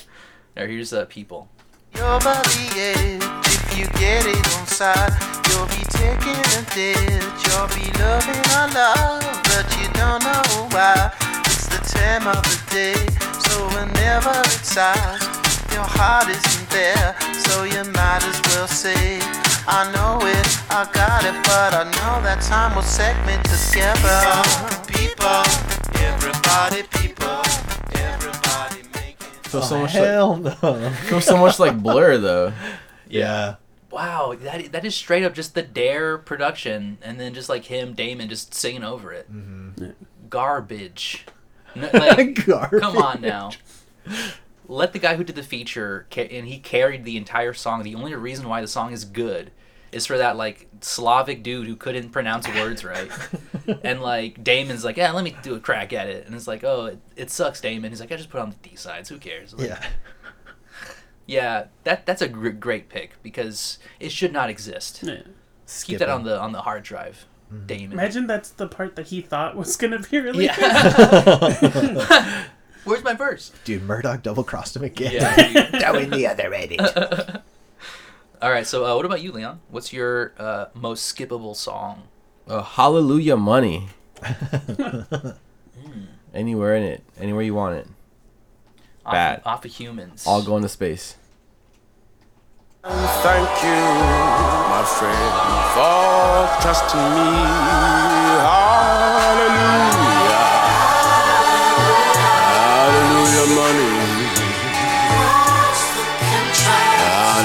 or here's uh, people.
Your body is, if you get it on side, you'll be taking a dish, you'll be loving a love, but you don't know why. It's the time of the day, so whenever it's out, your heart isn't there, so you might as well say, I know it, I got it, but I know that time will set me together. People, everybody, people, everybody making.
Feel so
Oh,
much like,
hell no.
feel so much like Blur though.
Yeah.
Wow, that i- that is straight up just the Dare production, and then just like him, Damon, just singing over it. Mm-hmm. Garbage. No, like,
Garbage.
Come on now. Let the guy who did the feature ca- and he carried the entire song. The only reason why the song is good is for that like Slavic dude who couldn't pronounce words right, and like Damon's like, yeah, let me do a crack at it, and it's like, oh, it, it sucks, Damon. He's like, I just put on the D sides. Who cares? Like,
Yeah.
yeah. That that's a gr- great pick because it should not exist.
Yeah.
Keep that Mm-hmm. on the on the hard drive, Damon.
Imagine that's the part that he thought was gonna be really.
yeah. Where's my verse?
Dude, Murdoch double crossed him again.
Yeah.
Doing the other edit.
All right. So, uh, what about you, Leon? What's your uh, most skippable song?
Uh, Hallelujah Money. Anywhere in it. Anywhere you want it.
Off,
Bad.
Off of humans.
All going to space.
Thank you, my friend, for trusting me. Hallelujah. Hallelujah, money.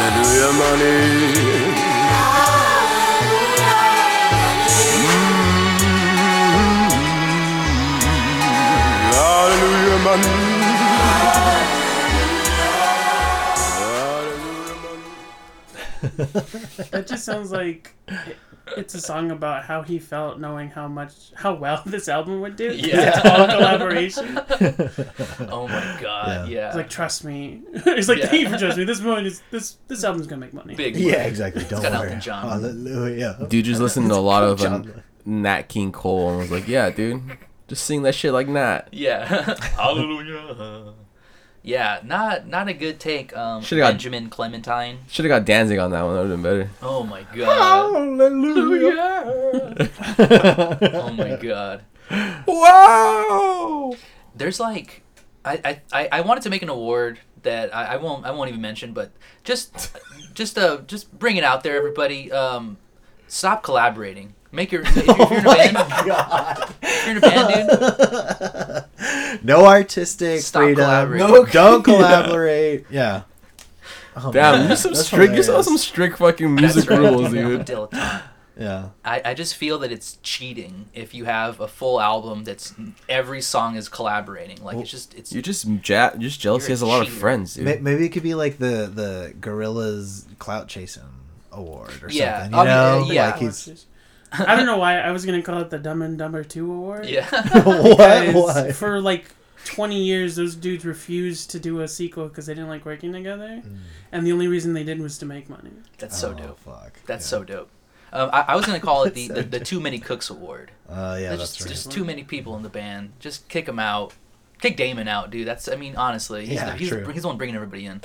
Hallelujah, money. Mm. Hallelujah, money. Hallelujah, money.
That just sounds like it- it's a song about how he felt knowing how much how well this album would do.
Yeah.
It's all collaboration.
Oh my god. Yeah.
It's like trust me. It's like
Yeah.
thank you for trusting me. This one is this this album's gonna make money.
big.
Yeah, exactly. Don't
got
worry.
Elton John.
Hallelujah.
Dude just listened to a lot of um,
John.
Nat King Cole and was like, yeah, dude, just sing that shit like Nat.
Yeah. Hallelujah. Yeah, not not a good take. Um,
Should've got-
Benjamin Clementine.
Should have got Danzig on that one. That would have been better.
Oh my god.
Hallelujah.
Oh my god.
Wow.
There's like I, I, I wanted to make an award that I, I won't I won't even mention, but just just uh just bring it out there, everybody. Um, stop collaborating. Make your if you're in a
Oh
band, if you're in a band, dude.
No artistic
Stop
freedom.
collaborating.
No, don't collaborate. Yeah. Oh,
Damn,
man,
you some
that's
strict. You saw
hilarious.
some strict fucking music
That's right.
rules,
I'm a
dude.
dilettante.
Yeah.
I, I just feel that it's cheating if you have a full album that's every song is collaborating. Like it's just it's
You're just ja- you're just jealous.
You're
He has
a
a lot of
cheater.
friends,
May-
dude.
Maybe it could be like the the gorillas clout chasing award or
Yeah,
something. You
um,
know,
uh, yeah.
like he's
I don't know why I was gonna call it the Dumb and Dumber Two Award.
yeah.
what?
Because
What?
for like 20 years those dudes refused to do a sequel because they didn't like working together and the only reason they did was to make money
That's so
oh,
dope.
Fuck.
That's
yeah.
so dope. Um, I, I was gonna call it the, the, the too many cooks award.
Uh, yeah,
There's just,
that's right.
just too many people in the band. Just kick them out. Kick Damon out, dude. That's I mean, honestly, he's,
Yeah,
the, he's,
true.
he's the one bringing everybody in.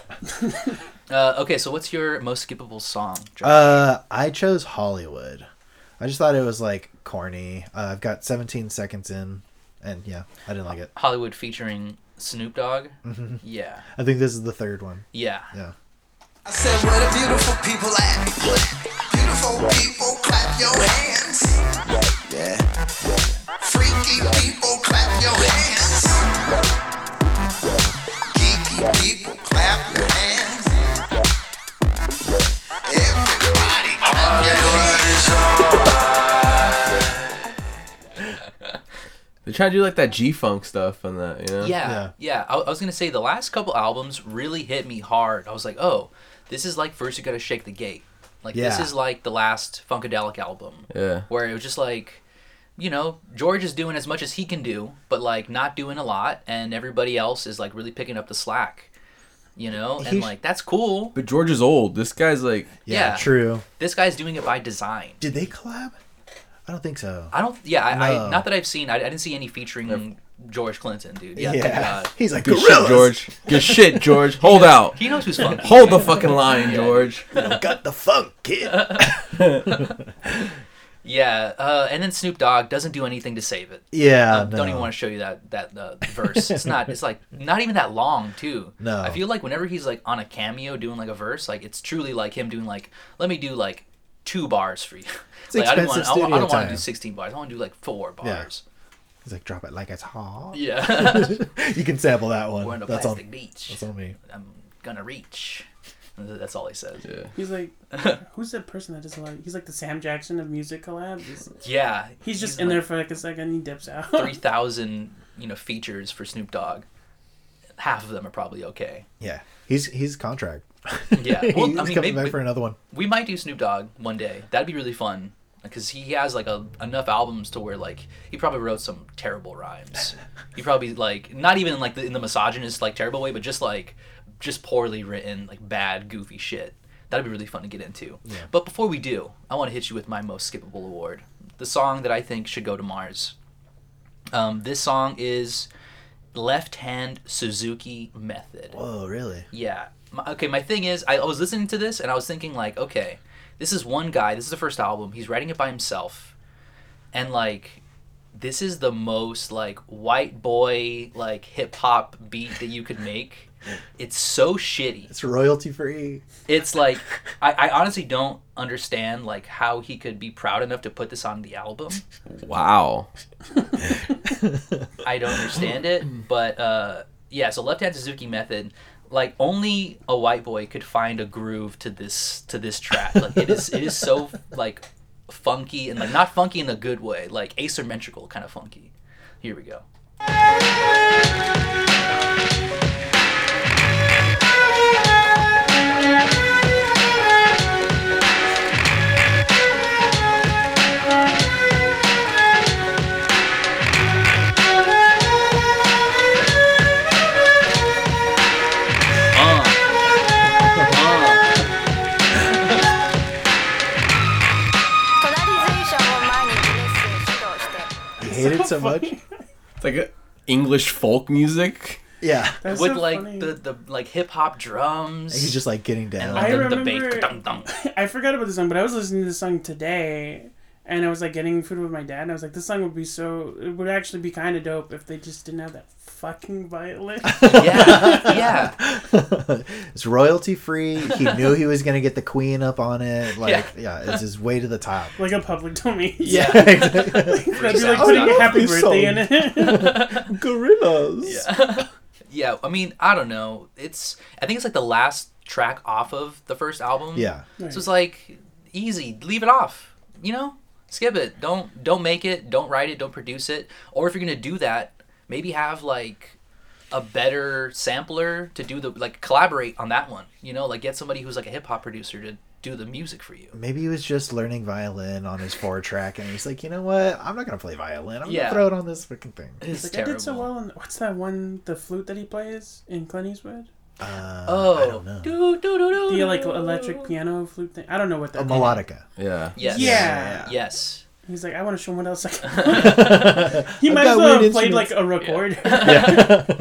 uh, okay, so what's your most skippable song? Josh?
Uh, I chose Hollywood. I just thought it was like corny. Uh, I've got 17 seconds in, and yeah, I didn't like it.
Hollywood featuring Snoop Dogg.
Mm-hmm.
Yeah,
I think this is the third one.
yeah.
Yeah.
I said, where the beautiful people at? Beautiful people, clap your hands. Yeah. Freaky people, clap your hands. Geeky people, clap your hands. Everybody, clap your hands.
They try to do like that G funk stuff and that, you know.
Yeah,
Yeah.
yeah. I, I was gonna say the last couple albums really hit me hard. I was like, oh, this is like first you gotta shake the gate. Like this
Yeah.
is like the last Funkadelic album.
Yeah.
Where it was just like, you know, George is doing as much as he can do, but like not doing a lot, and everybody else is like really picking up the slack. You know, and
He sh-
like that's cool.
But George is old. This guy's like
Yeah,
Yeah.
true.
This guy's doing it by design.
Did they collab? I don't think so.
I don't. Yeah, I,
No.
I not that I've seen. I, I didn't see any featuring George Clinton, dude. Yeah.
Yeah.
thank God.
He's like,
good
gorillas!
shit, George. Good shit, George. Hold out.
He knows who's funky.
Hold the fucking line, George.
Got the funk, kid.
Yeah, uh, and then Snoop Dogg doesn't do anything to save it.
Yeah.
Um, Don't even want to show you that that uh, verse. It's not. It's like not even that long too.
No.
I feel like whenever he's like on a cameo doing like a verse, like it's truly like him doing like let me do like two bars for you.
It's
like, I don't wanna- I don't- I
expensive studio
don't want to
time.
do sixteen bars. I want to do like four bars.
He's like, drop it like it's hot.
Yeah.
you can sample that
We're
one.
on a
That's
plastic
on.
beach.
That's on me.
I'm gonna reach. That's all he says. Yeah.
he's like who's that person that does a lot he's like the sam jackson of music collabs he's, he's just in
like
there for like a second he dips out
Three thousand, you know, features for Snoop Dogg. Half of them are probably okay.
Yeah. He's he's contract.
Yeah.
he's
Well, I mean,
coming
maybe-
back for another one.
we might do Snoop Dogg one day. That'd be really fun because he has like a, enough albums to where like he probably wrote some terrible rhymes. he probably like not even like the, in the misogynist like terrible way, but just like just poorly written like bad goofy shit. That'd be really fun to get into. But before we do, I want to hit you with my most skippable award, the song that I think should go to Mars. Um, this song is Left Hand Suzuki Method.
Oh, really?
Yeah. My, okay, my thing is, I, I was listening to this and I was thinking, like, okay, this is one guy, this is the first album, he's writing it by himself. And, like, this is the most, like, white boy, like, hip hop beat that you could make. It's so shitty
It's royalty free.
it's like I, I honestly don't understand like how he could be proud enough to put this on the album
Wow.
i don't understand it but uh yeah so left hand suzuki method like only a white boy could find a groove to this to this track like it is it is so like funky and like not funky in a good way like asymmetrical kind of funky here we go Uh. Uh.
You hate it so much?
It's like a English folk music.
Yeah.
That's
with
so
like
funny.
the the like hip-hop drums
He's just like getting
and
down.
like
I
the, the
remember-
bass dum, dum.
I forgot about this song, but I was listening to this song today, and I was like getting food with my dad, and I was like, this song would be so, it would actually be kind of dope if they just didn't have that fucking violin.
Yeah, yeah.
it's royalty free. He knew he was gonna get the queen up on it. Like, yeah, it's his way to the top.
like a public domain.
Yeah,
That'd be like
Oh,
putting a happy
This
birthday in it.
gorillas.
Yeah, I mean, I don't know. It's I think it's like the last track off of the first album.
Yeah.
So it's like easy, leave it off. You know? Skip it. Don't don't make it, don't write it, don't produce it. Or if you're going to do that, maybe have like a better sampler to do the like collaborate on that one. You know, like get somebody who's like a hip hop producer to do the music for you.
Maybe he was just learning violin on his four track, and he's like, you know what? I'm not gonna play violin. I'm
Yeah.
gonna throw it on this freaking thing.
It's
like
terrible.
I did so well in what's that one? The flute that he plays in Clint Eastwood.
Uh,
Oh.
I don't know.
Do, do, do, do,
The
do.
like electric piano flute thing. I don't know what that.
A melodica.
Yeah.
Yes.
Yeah.
Yes.
He's like, I want to show him what else I can. he
I've
might
got
as well
weird
have played like
instruments.
a recorder.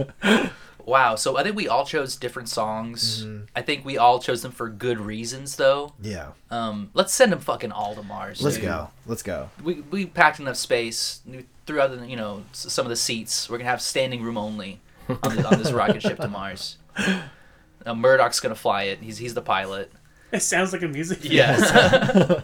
Wow. So I think we all chose different songs.
Mm-hmm.
I think we all chose them for good reasons, though.
Yeah.
Um, let's send them fucking all to Mars.
Let's
dude.
go. Let's go.
We we packed enough space. We threw out the, you know s- some of the seats. We're gonna have standing room only on this, on this rocket ship to Mars. Now, Murdoch's gonna fly it. He's he's the pilot.
it sounds like a music. video.
Yes.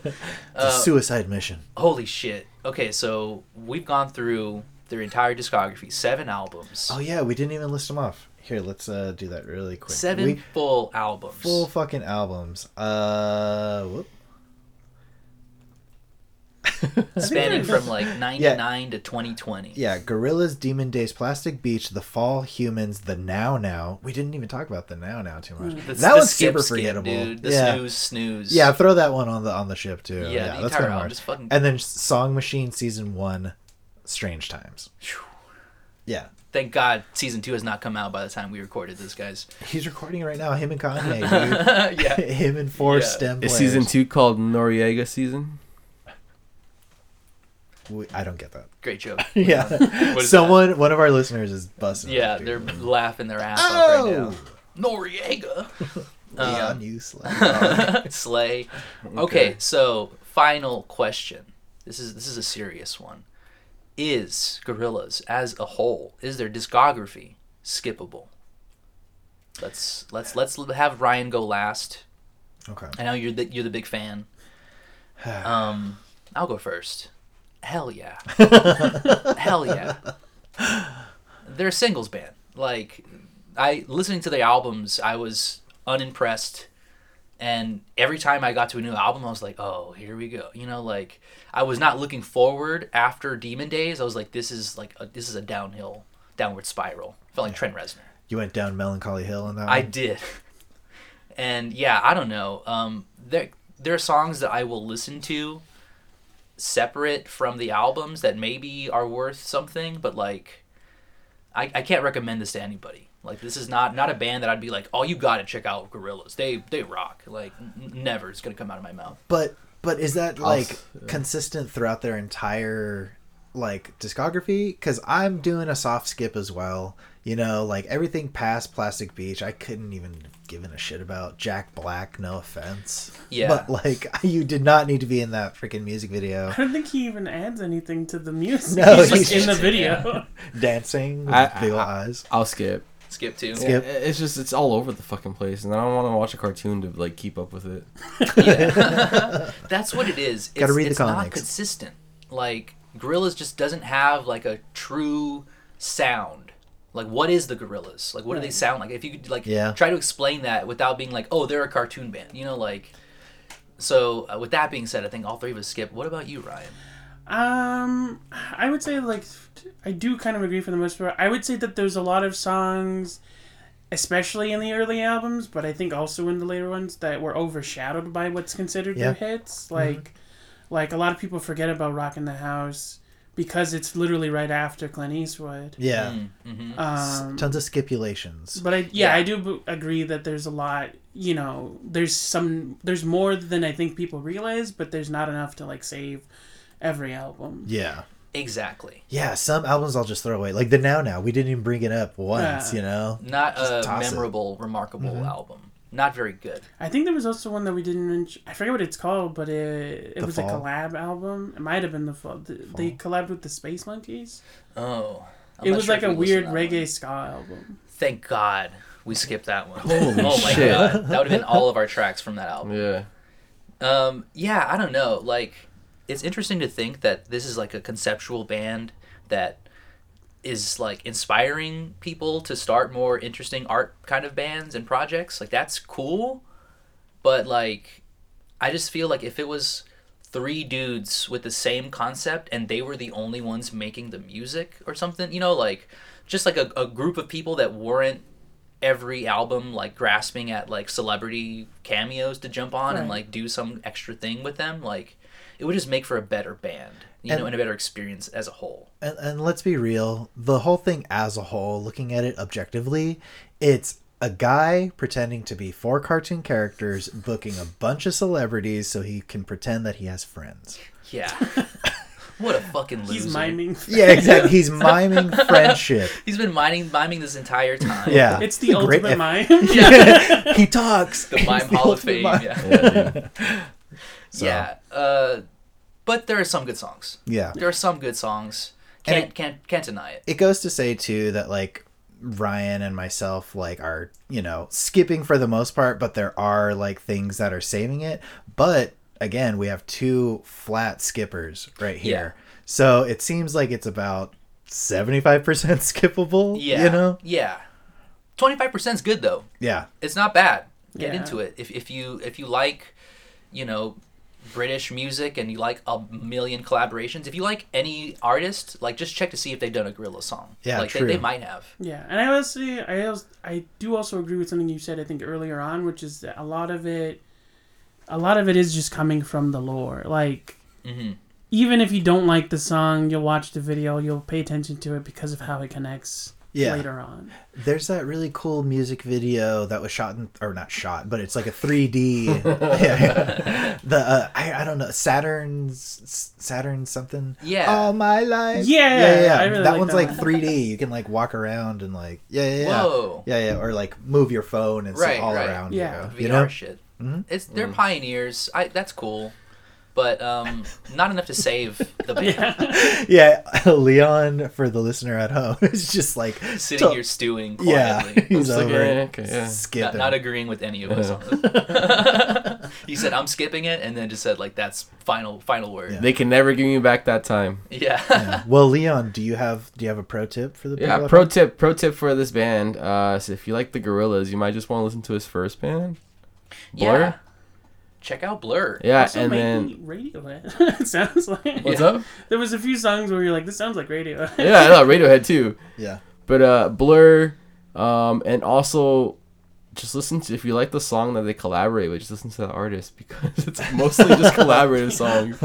It's
Uh,
a suicide mission.
Holy shit. Okay, so we've gone through their entire discography, seven albums,
Oh yeah, we didn't even list them off. Here, let's uh, do that really quick.
seven
We-
full albums.
full fucking albums. Uh, whoop.
spanning from like 99 to 2020.
Yeah, Gorillas, Demon Days, Plastic Beach, The Fall, Humans, The Now Now. We didn't even talk about The Now Now too much.
Mm, The-
that
the
one's
skip,
super
skip,
forgettable.
Dude. The
yeah.
snooze, snooze.
Yeah, throw that one on the on the ship too.
Yeah, the
that's
entire
kinda
album,
hard.
just fucking-
And then Song Machine season one, Strange Times. Yeah,
Thank God season two has not come out by the time we recorded this, guys.
he's recording right now. Him and Kanye,
yeah.
dude. him and four
Yeah.
stem.
Is
players.
season two called Noriega season?
We- I don't get that.
Great joke.
Yeah,
What is
someone, one of our listeners is busting.
Yeah,
dude.
they're laughing their ass off right now.
oh,
Noriega. um,
Leon, you slut.
Slay. Okay, so final question. This is this is a serious one. Is Gorillas as a whole, is their discography skippable? Let's let's let's have Ryan go last.
okay.
I know you're the you're the big fan. Um, I'll go first. Hell yeah. Hell yeah. They're a singles band. Like I listening to the albums, I was unimpressed and every time I got to a new album, I was like, "Oh, here we go." You know, like I was not looking forward after Demon Days. I was like, "This is like a, this is a downhill, downward spiral." Felt like Trent Reznor.
You went down Melancholy Hill on that
I
one?
did. And yeah, I don't know. Um, there there are songs that I will listen to separate from the albums that maybe are worth something, but like I, I can't recommend this to anybody. Like this is not not a band that I'd be like, oh, you got to check out Gorillas. They they rock. Like n- never, it's gonna come out of my mouth.
But but is that like
s-
consistent throughout their entire like discography? Because I'm doing a soft skip as well. You know, like everything past Plastic Beach, I couldn't even have given a shit about Jack Black. No offense,
Yeah.
But like, you did not need to be in that freaking music video
I don't think he even adds anything to the music.
No,
he's,
he's
just in the
just-
video.
dancing with
I-
big ol'
I-
eyes.
I'll skip.
Skip to
Yeah, It's just it's all over the fucking place, and I don't want to watch a cartoon to like keep up with it.
That's what it is. It's,
Gotta read the
it's not
comics.
consistent. Like Gorillas just doesn't have like a true sound. Like what is the Gorillas? Like what do they sound like? If you could like
Yeah.
try to explain that without being like, oh, they're a cartoon band. You know, like. So uh, with that being said, I think all three of us skip. What about you, Ryan?
Um, I would say like I do kind of agree for the most part. I would say that there's a lot of songs, especially in the early albums, but I think also in the later ones that were overshadowed by what's considered
Yeah.
their hits. Like, like a lot of people forget about "Rockin' the House" because it's literally right after Clint Eastwood.
Yeah,
Mm, mm-hmm.
Um,
tons of stipulations.
but I yeah,
Yeah.
I do b- agree that there's a lot. You know, there's some there's more than I think people realize, but there's not enough to like save every album.
Yeah.
Exactly.
Yeah, some albums I'll just throw away. Like the Now Now, we didn't even bring it up once,
Yeah.
you know?
Not
Just
a
toss it. Mm-hmm.
memorable, remarkable album. Not very good.
I think there was also one that we didn't. men- I forget what it's called, but it, it
The
was a
Fall?
collab album. It might have been the fall. th They collabed with the Space Monkeys.
Oh, I'm
It
not
was
sure
like
if
a
you listened
weird
to that one.
reggae ska album.
Thank God we skipped that one.
Holy
oh my
shit.
god, that would have been all of our tracks from that album.
Yeah.
Um, yeah, I don't know. Like, it's interesting to think that this is like a conceptual band that is like inspiring people to start more interesting art kind of bands and projects. Like, that's cool. But like, I just feel like if it was three dudes with the same concept and they were the only ones making the music or something, you know, like just like a, a group of people that weren't every album like grasping at like celebrity cameos to jump on and
Right.
like do some extra thing with them like it would just make for a better band you
And-
know and a better experience as a whole
and, and let's be real the whole thing as a whole looking at it objectively it's a guy pretending to be four cartoon characters booking a bunch of celebrities so he can pretend that he has friends
yeah what a fucking loser
He's miming.
yeah exactly he's miming friendship
he's been miming miming this entire time
yeah
It's the
Great-
ultimate mime.
he talks
the mime hall of fame yeah
Yeah, dude.
yeah uh but there are some good songs
yeah
there are some good songs
And
can't can't can't deny it
it goes to say too that like Ryan and myself like are you know skipping for the most part, but there are like things that are saving it. But again, we have two flat skippers right here, so it seems like it's about seventy five percent skippable.
yeah
you know,
yeah 25% is good though
yeah,
it's not bad. Get
Yeah.
into it. If, if you if you like, you know, British music and you like a million collaborations, if you like any artist, like just check to see if they've done a Gorilla song.
Yeah,
like
true.
They, they might have.
Yeah, and I honestly, I also, I do also agree with something you said. I think earlier on, which is that a lot of it, a lot of it is just coming from the lore. Like, even if you don't like the song, you'll watch the video, you'll pay attention to it because of how it connects
Yeah.
later on.
There's that really cool music video that was shot in, or not shot, but it's like a 3D. Yeah. the uh, I, I don't know Saturn's Saturn something.
Yeah.
All my life.
Yeah,
yeah, yeah.
I really
that
like
one's
that
like
one.
3D. You can like walk around and like yeah, yeah, yeah.
Whoa.
Yeah, yeah, or like move your phone and
Right,
sit all
right.
around
Yeah.
you.
VR
You know? Mm-hmm.
shit. It's they're pioneers. I that's cool, but um, not enough to save the band.
Yeah, Leon for the listener at home is just like
Sitting
to-
here stewing
Yeah,
quietly.
he's
It's like,
over
yeah,
it,
okay, yeah.
Not,
skipping.
not agreeing with any of us on
Uh-huh.
this. he said, "I'm skipping it," and then just said, "Like that's final, final word."
They can never give me back that time.
yeah.
well, Leon, do you have do you have a pro tip for the people
Yeah,
at
pro
home?
tip, pro tip for this band. Uh, so if you like the Gorillas, you might just want to listen to his first band, Blur.
Yeah. Check out Blur.
Yeah,
Also,
and
maybe
then
Radiohead. it sounds like
what's up?
there was a few songs where you're like, this sounds like Radiohead.
Yeah, I know Radiohead too.
Yeah.
But uh, Blur, um, and also just listen to if you like the song that they collaborate with, just listen to the artist because it's mostly just collaborative songs.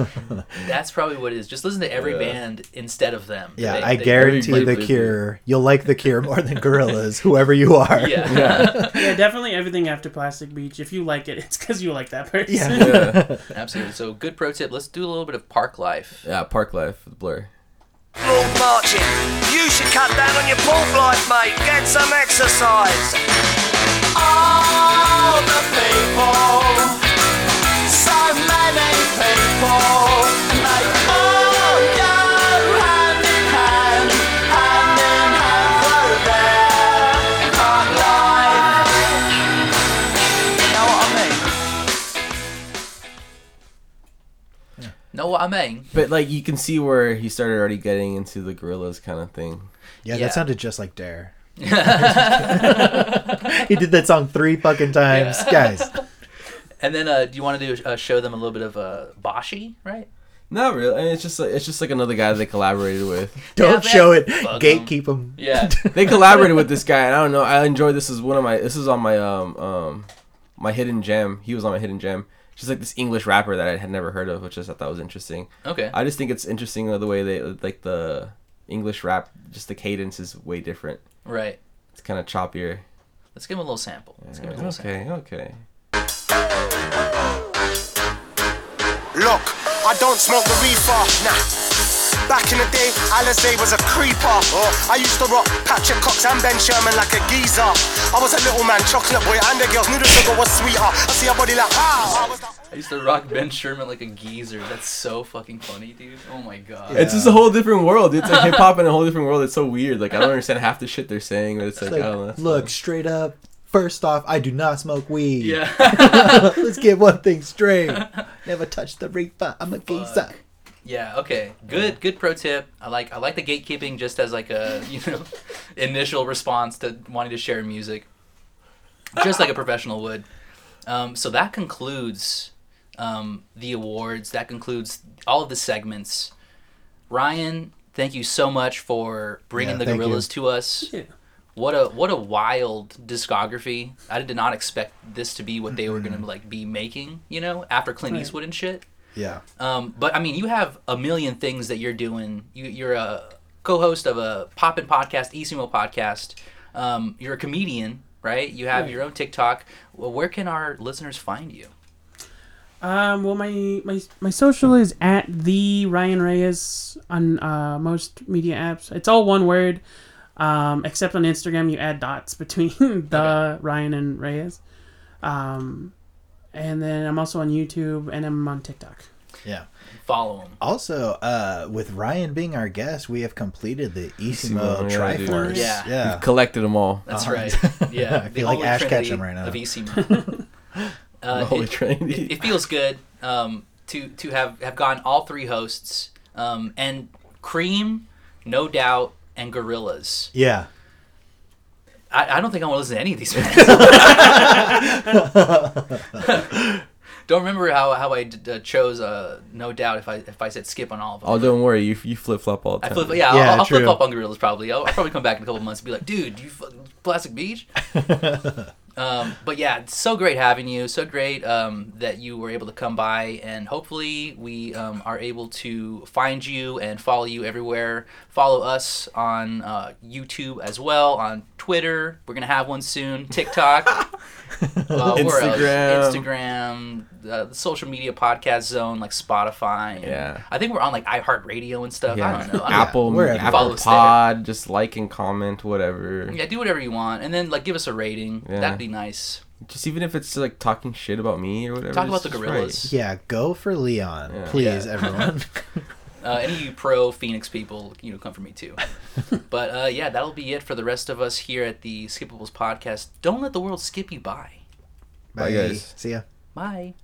That's probably what it is. Just listen to every
Yeah.
band instead of them.
Yeah,
They-
I
they-
guarantee
very
the
briefly.
Cure. You'll like the Cure more than Gorillas, whoever you are.
Yeah.
yeah, definitely everything after Plastic Beach. If you like it, it's because you like that person.
Yeah.
absolutely. So good pro tip. Let's do a little bit of park life.
Yeah, Park Life, with Blur.
Lord marching. You should cut down on your pork life, mate. Get some exercise. All the people, so many people, and they all go hand in hand, hand in hand for their hard life. You know what I mean?
Know what I mean?
But like you can see where he started already getting into the Gorillas kind of thing.
Yeah,
Yeah.
that sounded just like Dare. he did that song three fucking times, guys.
And then, uh, do you want to do uh, show them a little bit of uh, Boshi, right?
Not really. I mean, it's just like, it's just like another guy they collaborated with.
Don't
Yeah,
show
man.
it.
Fuck 'em.
Gatekeep him.
Yeah. Oh,
they collaborated with this guy, and I don't know. I enjoy this is one of my this is on my um um my hidden gem. He was on my hidden gem. Just like this English rapper that I had never heard of, which I just thought that was interesting.
Okay.
I just think it's interesting the way they like the English rap. Just the cadence is way different.
right.
It's kind of choppier.
Let's give them a little sample. Let's give them a little sample.
Okay, okay.
Look, I don't smoke the reefer. Nah. Back in the day, Alizé was a creeper. Oh, I used to rock Patrick Cox and Ben Sherman like a geezer. I was a little man, chocolate boy, and the girls knew the sugar was sweeter. I see a body like, wow. I was like,
I used to rock Ben Sherman like a geezer. That's so fucking funny, dude. Oh my god.
It's just a whole different world. It's like hip hop in a whole different world. It's so weird. Like I don't understand half the shit they're saying, but it's,
It's
like, oh, I
like,
don't know.
look straight up. First off, I do not smoke weed.
Yeah.
Let's get one thing straight. Never touch the reefer. I'm a geezer.
yeah. Okay. Good. Good pro tip. I like. I like the gatekeeping just as like a you know initial response to wanting to share music, just like a professional would. Um, so that concludes um, the awards. That concludes all of the segments. Ryan, thank you so much for bringing
Yeah,
the
thank you.
gorillas to us.
Yeah.
What a what a wild discography! I did not expect this to be what they were gonna like be making. You know, after Clint
Right.
Eastwood and shit.
Yeah.
Um, but I mean, you have a million things that you're doing. You, you're a co-host of a Poppin' podcast, Esumo podcast. Um, you're a comedian, right? You have your own TikTok. Well, where can our listeners find you?
Um, well, my, my my social is at the Ryan Reyes on uh, most media apps. It's all one word, um, except on Instagram you add dots between the Ryan and Reyes. Um, and then I'm also on YouTube and I'm on TikTok.
Yeah.
Follow them.
Also, uh, with Ryan being our guest, we have completed the Isimo
Isimo, yeah, dude.
Triforce.
Yeah.
Yeah.
We've collected them all.
That's
Uh-huh.
right. Yeah,
I
the
feel like
Holy
Ash
Trinity
Ketchum right now.
Of Esumo. uh,
Holy
it-
Trinity.
it, it feels good um, to to have have gone all three hosts um, and Cream, no doubt, and Gorillas.
Yeah.
I, I don't think I want to listen to any of these bands. don't remember how, how I d- d- chose. Uh, no doubt if I if I said skip on all of them.
Oh, don't worry. You you flip flop all the
I
time.
flip, yeah,
Yeah,
I'll, I'll flip
true.
up on Gorillas probably. I'll, I'll probably come back in a couple months and be like, dude, you fucking Plastic Beach. um, but yeah, it's so great having you. So great um, that you were able to come by, and hopefully we um, are able to find you and follow you everywhere. Follow us on uh, YouTube as well, on Twitter. We're gonna have one soon. TikTok. Uh, where else? Instagram, uh, the social media podcast zone like Spotify. and
Yeah.
I think we're on like iHeartRadio and stuff.
Yeah.
I don't know. I don't-
Apple,
We're at-
Apple
Follow us there.
Pod, just like and comment, whatever.
Yeah, do whatever you want, and then like give us a rating.
Yeah.
That'd be nice.
Just even if it's like talking shit about me or whatever.
Talk about
it's
the
just
gorillas.
Yeah. Go for Leon,
Yeah.
please, everyone.
Uh, any of you pro Phoenix people, you know, come for me too. but uh, yeah, that'll be it for the rest of us here at the Skippables podcast. Don't let the world skip you by.
Bye, guys.
See ya.
Bye.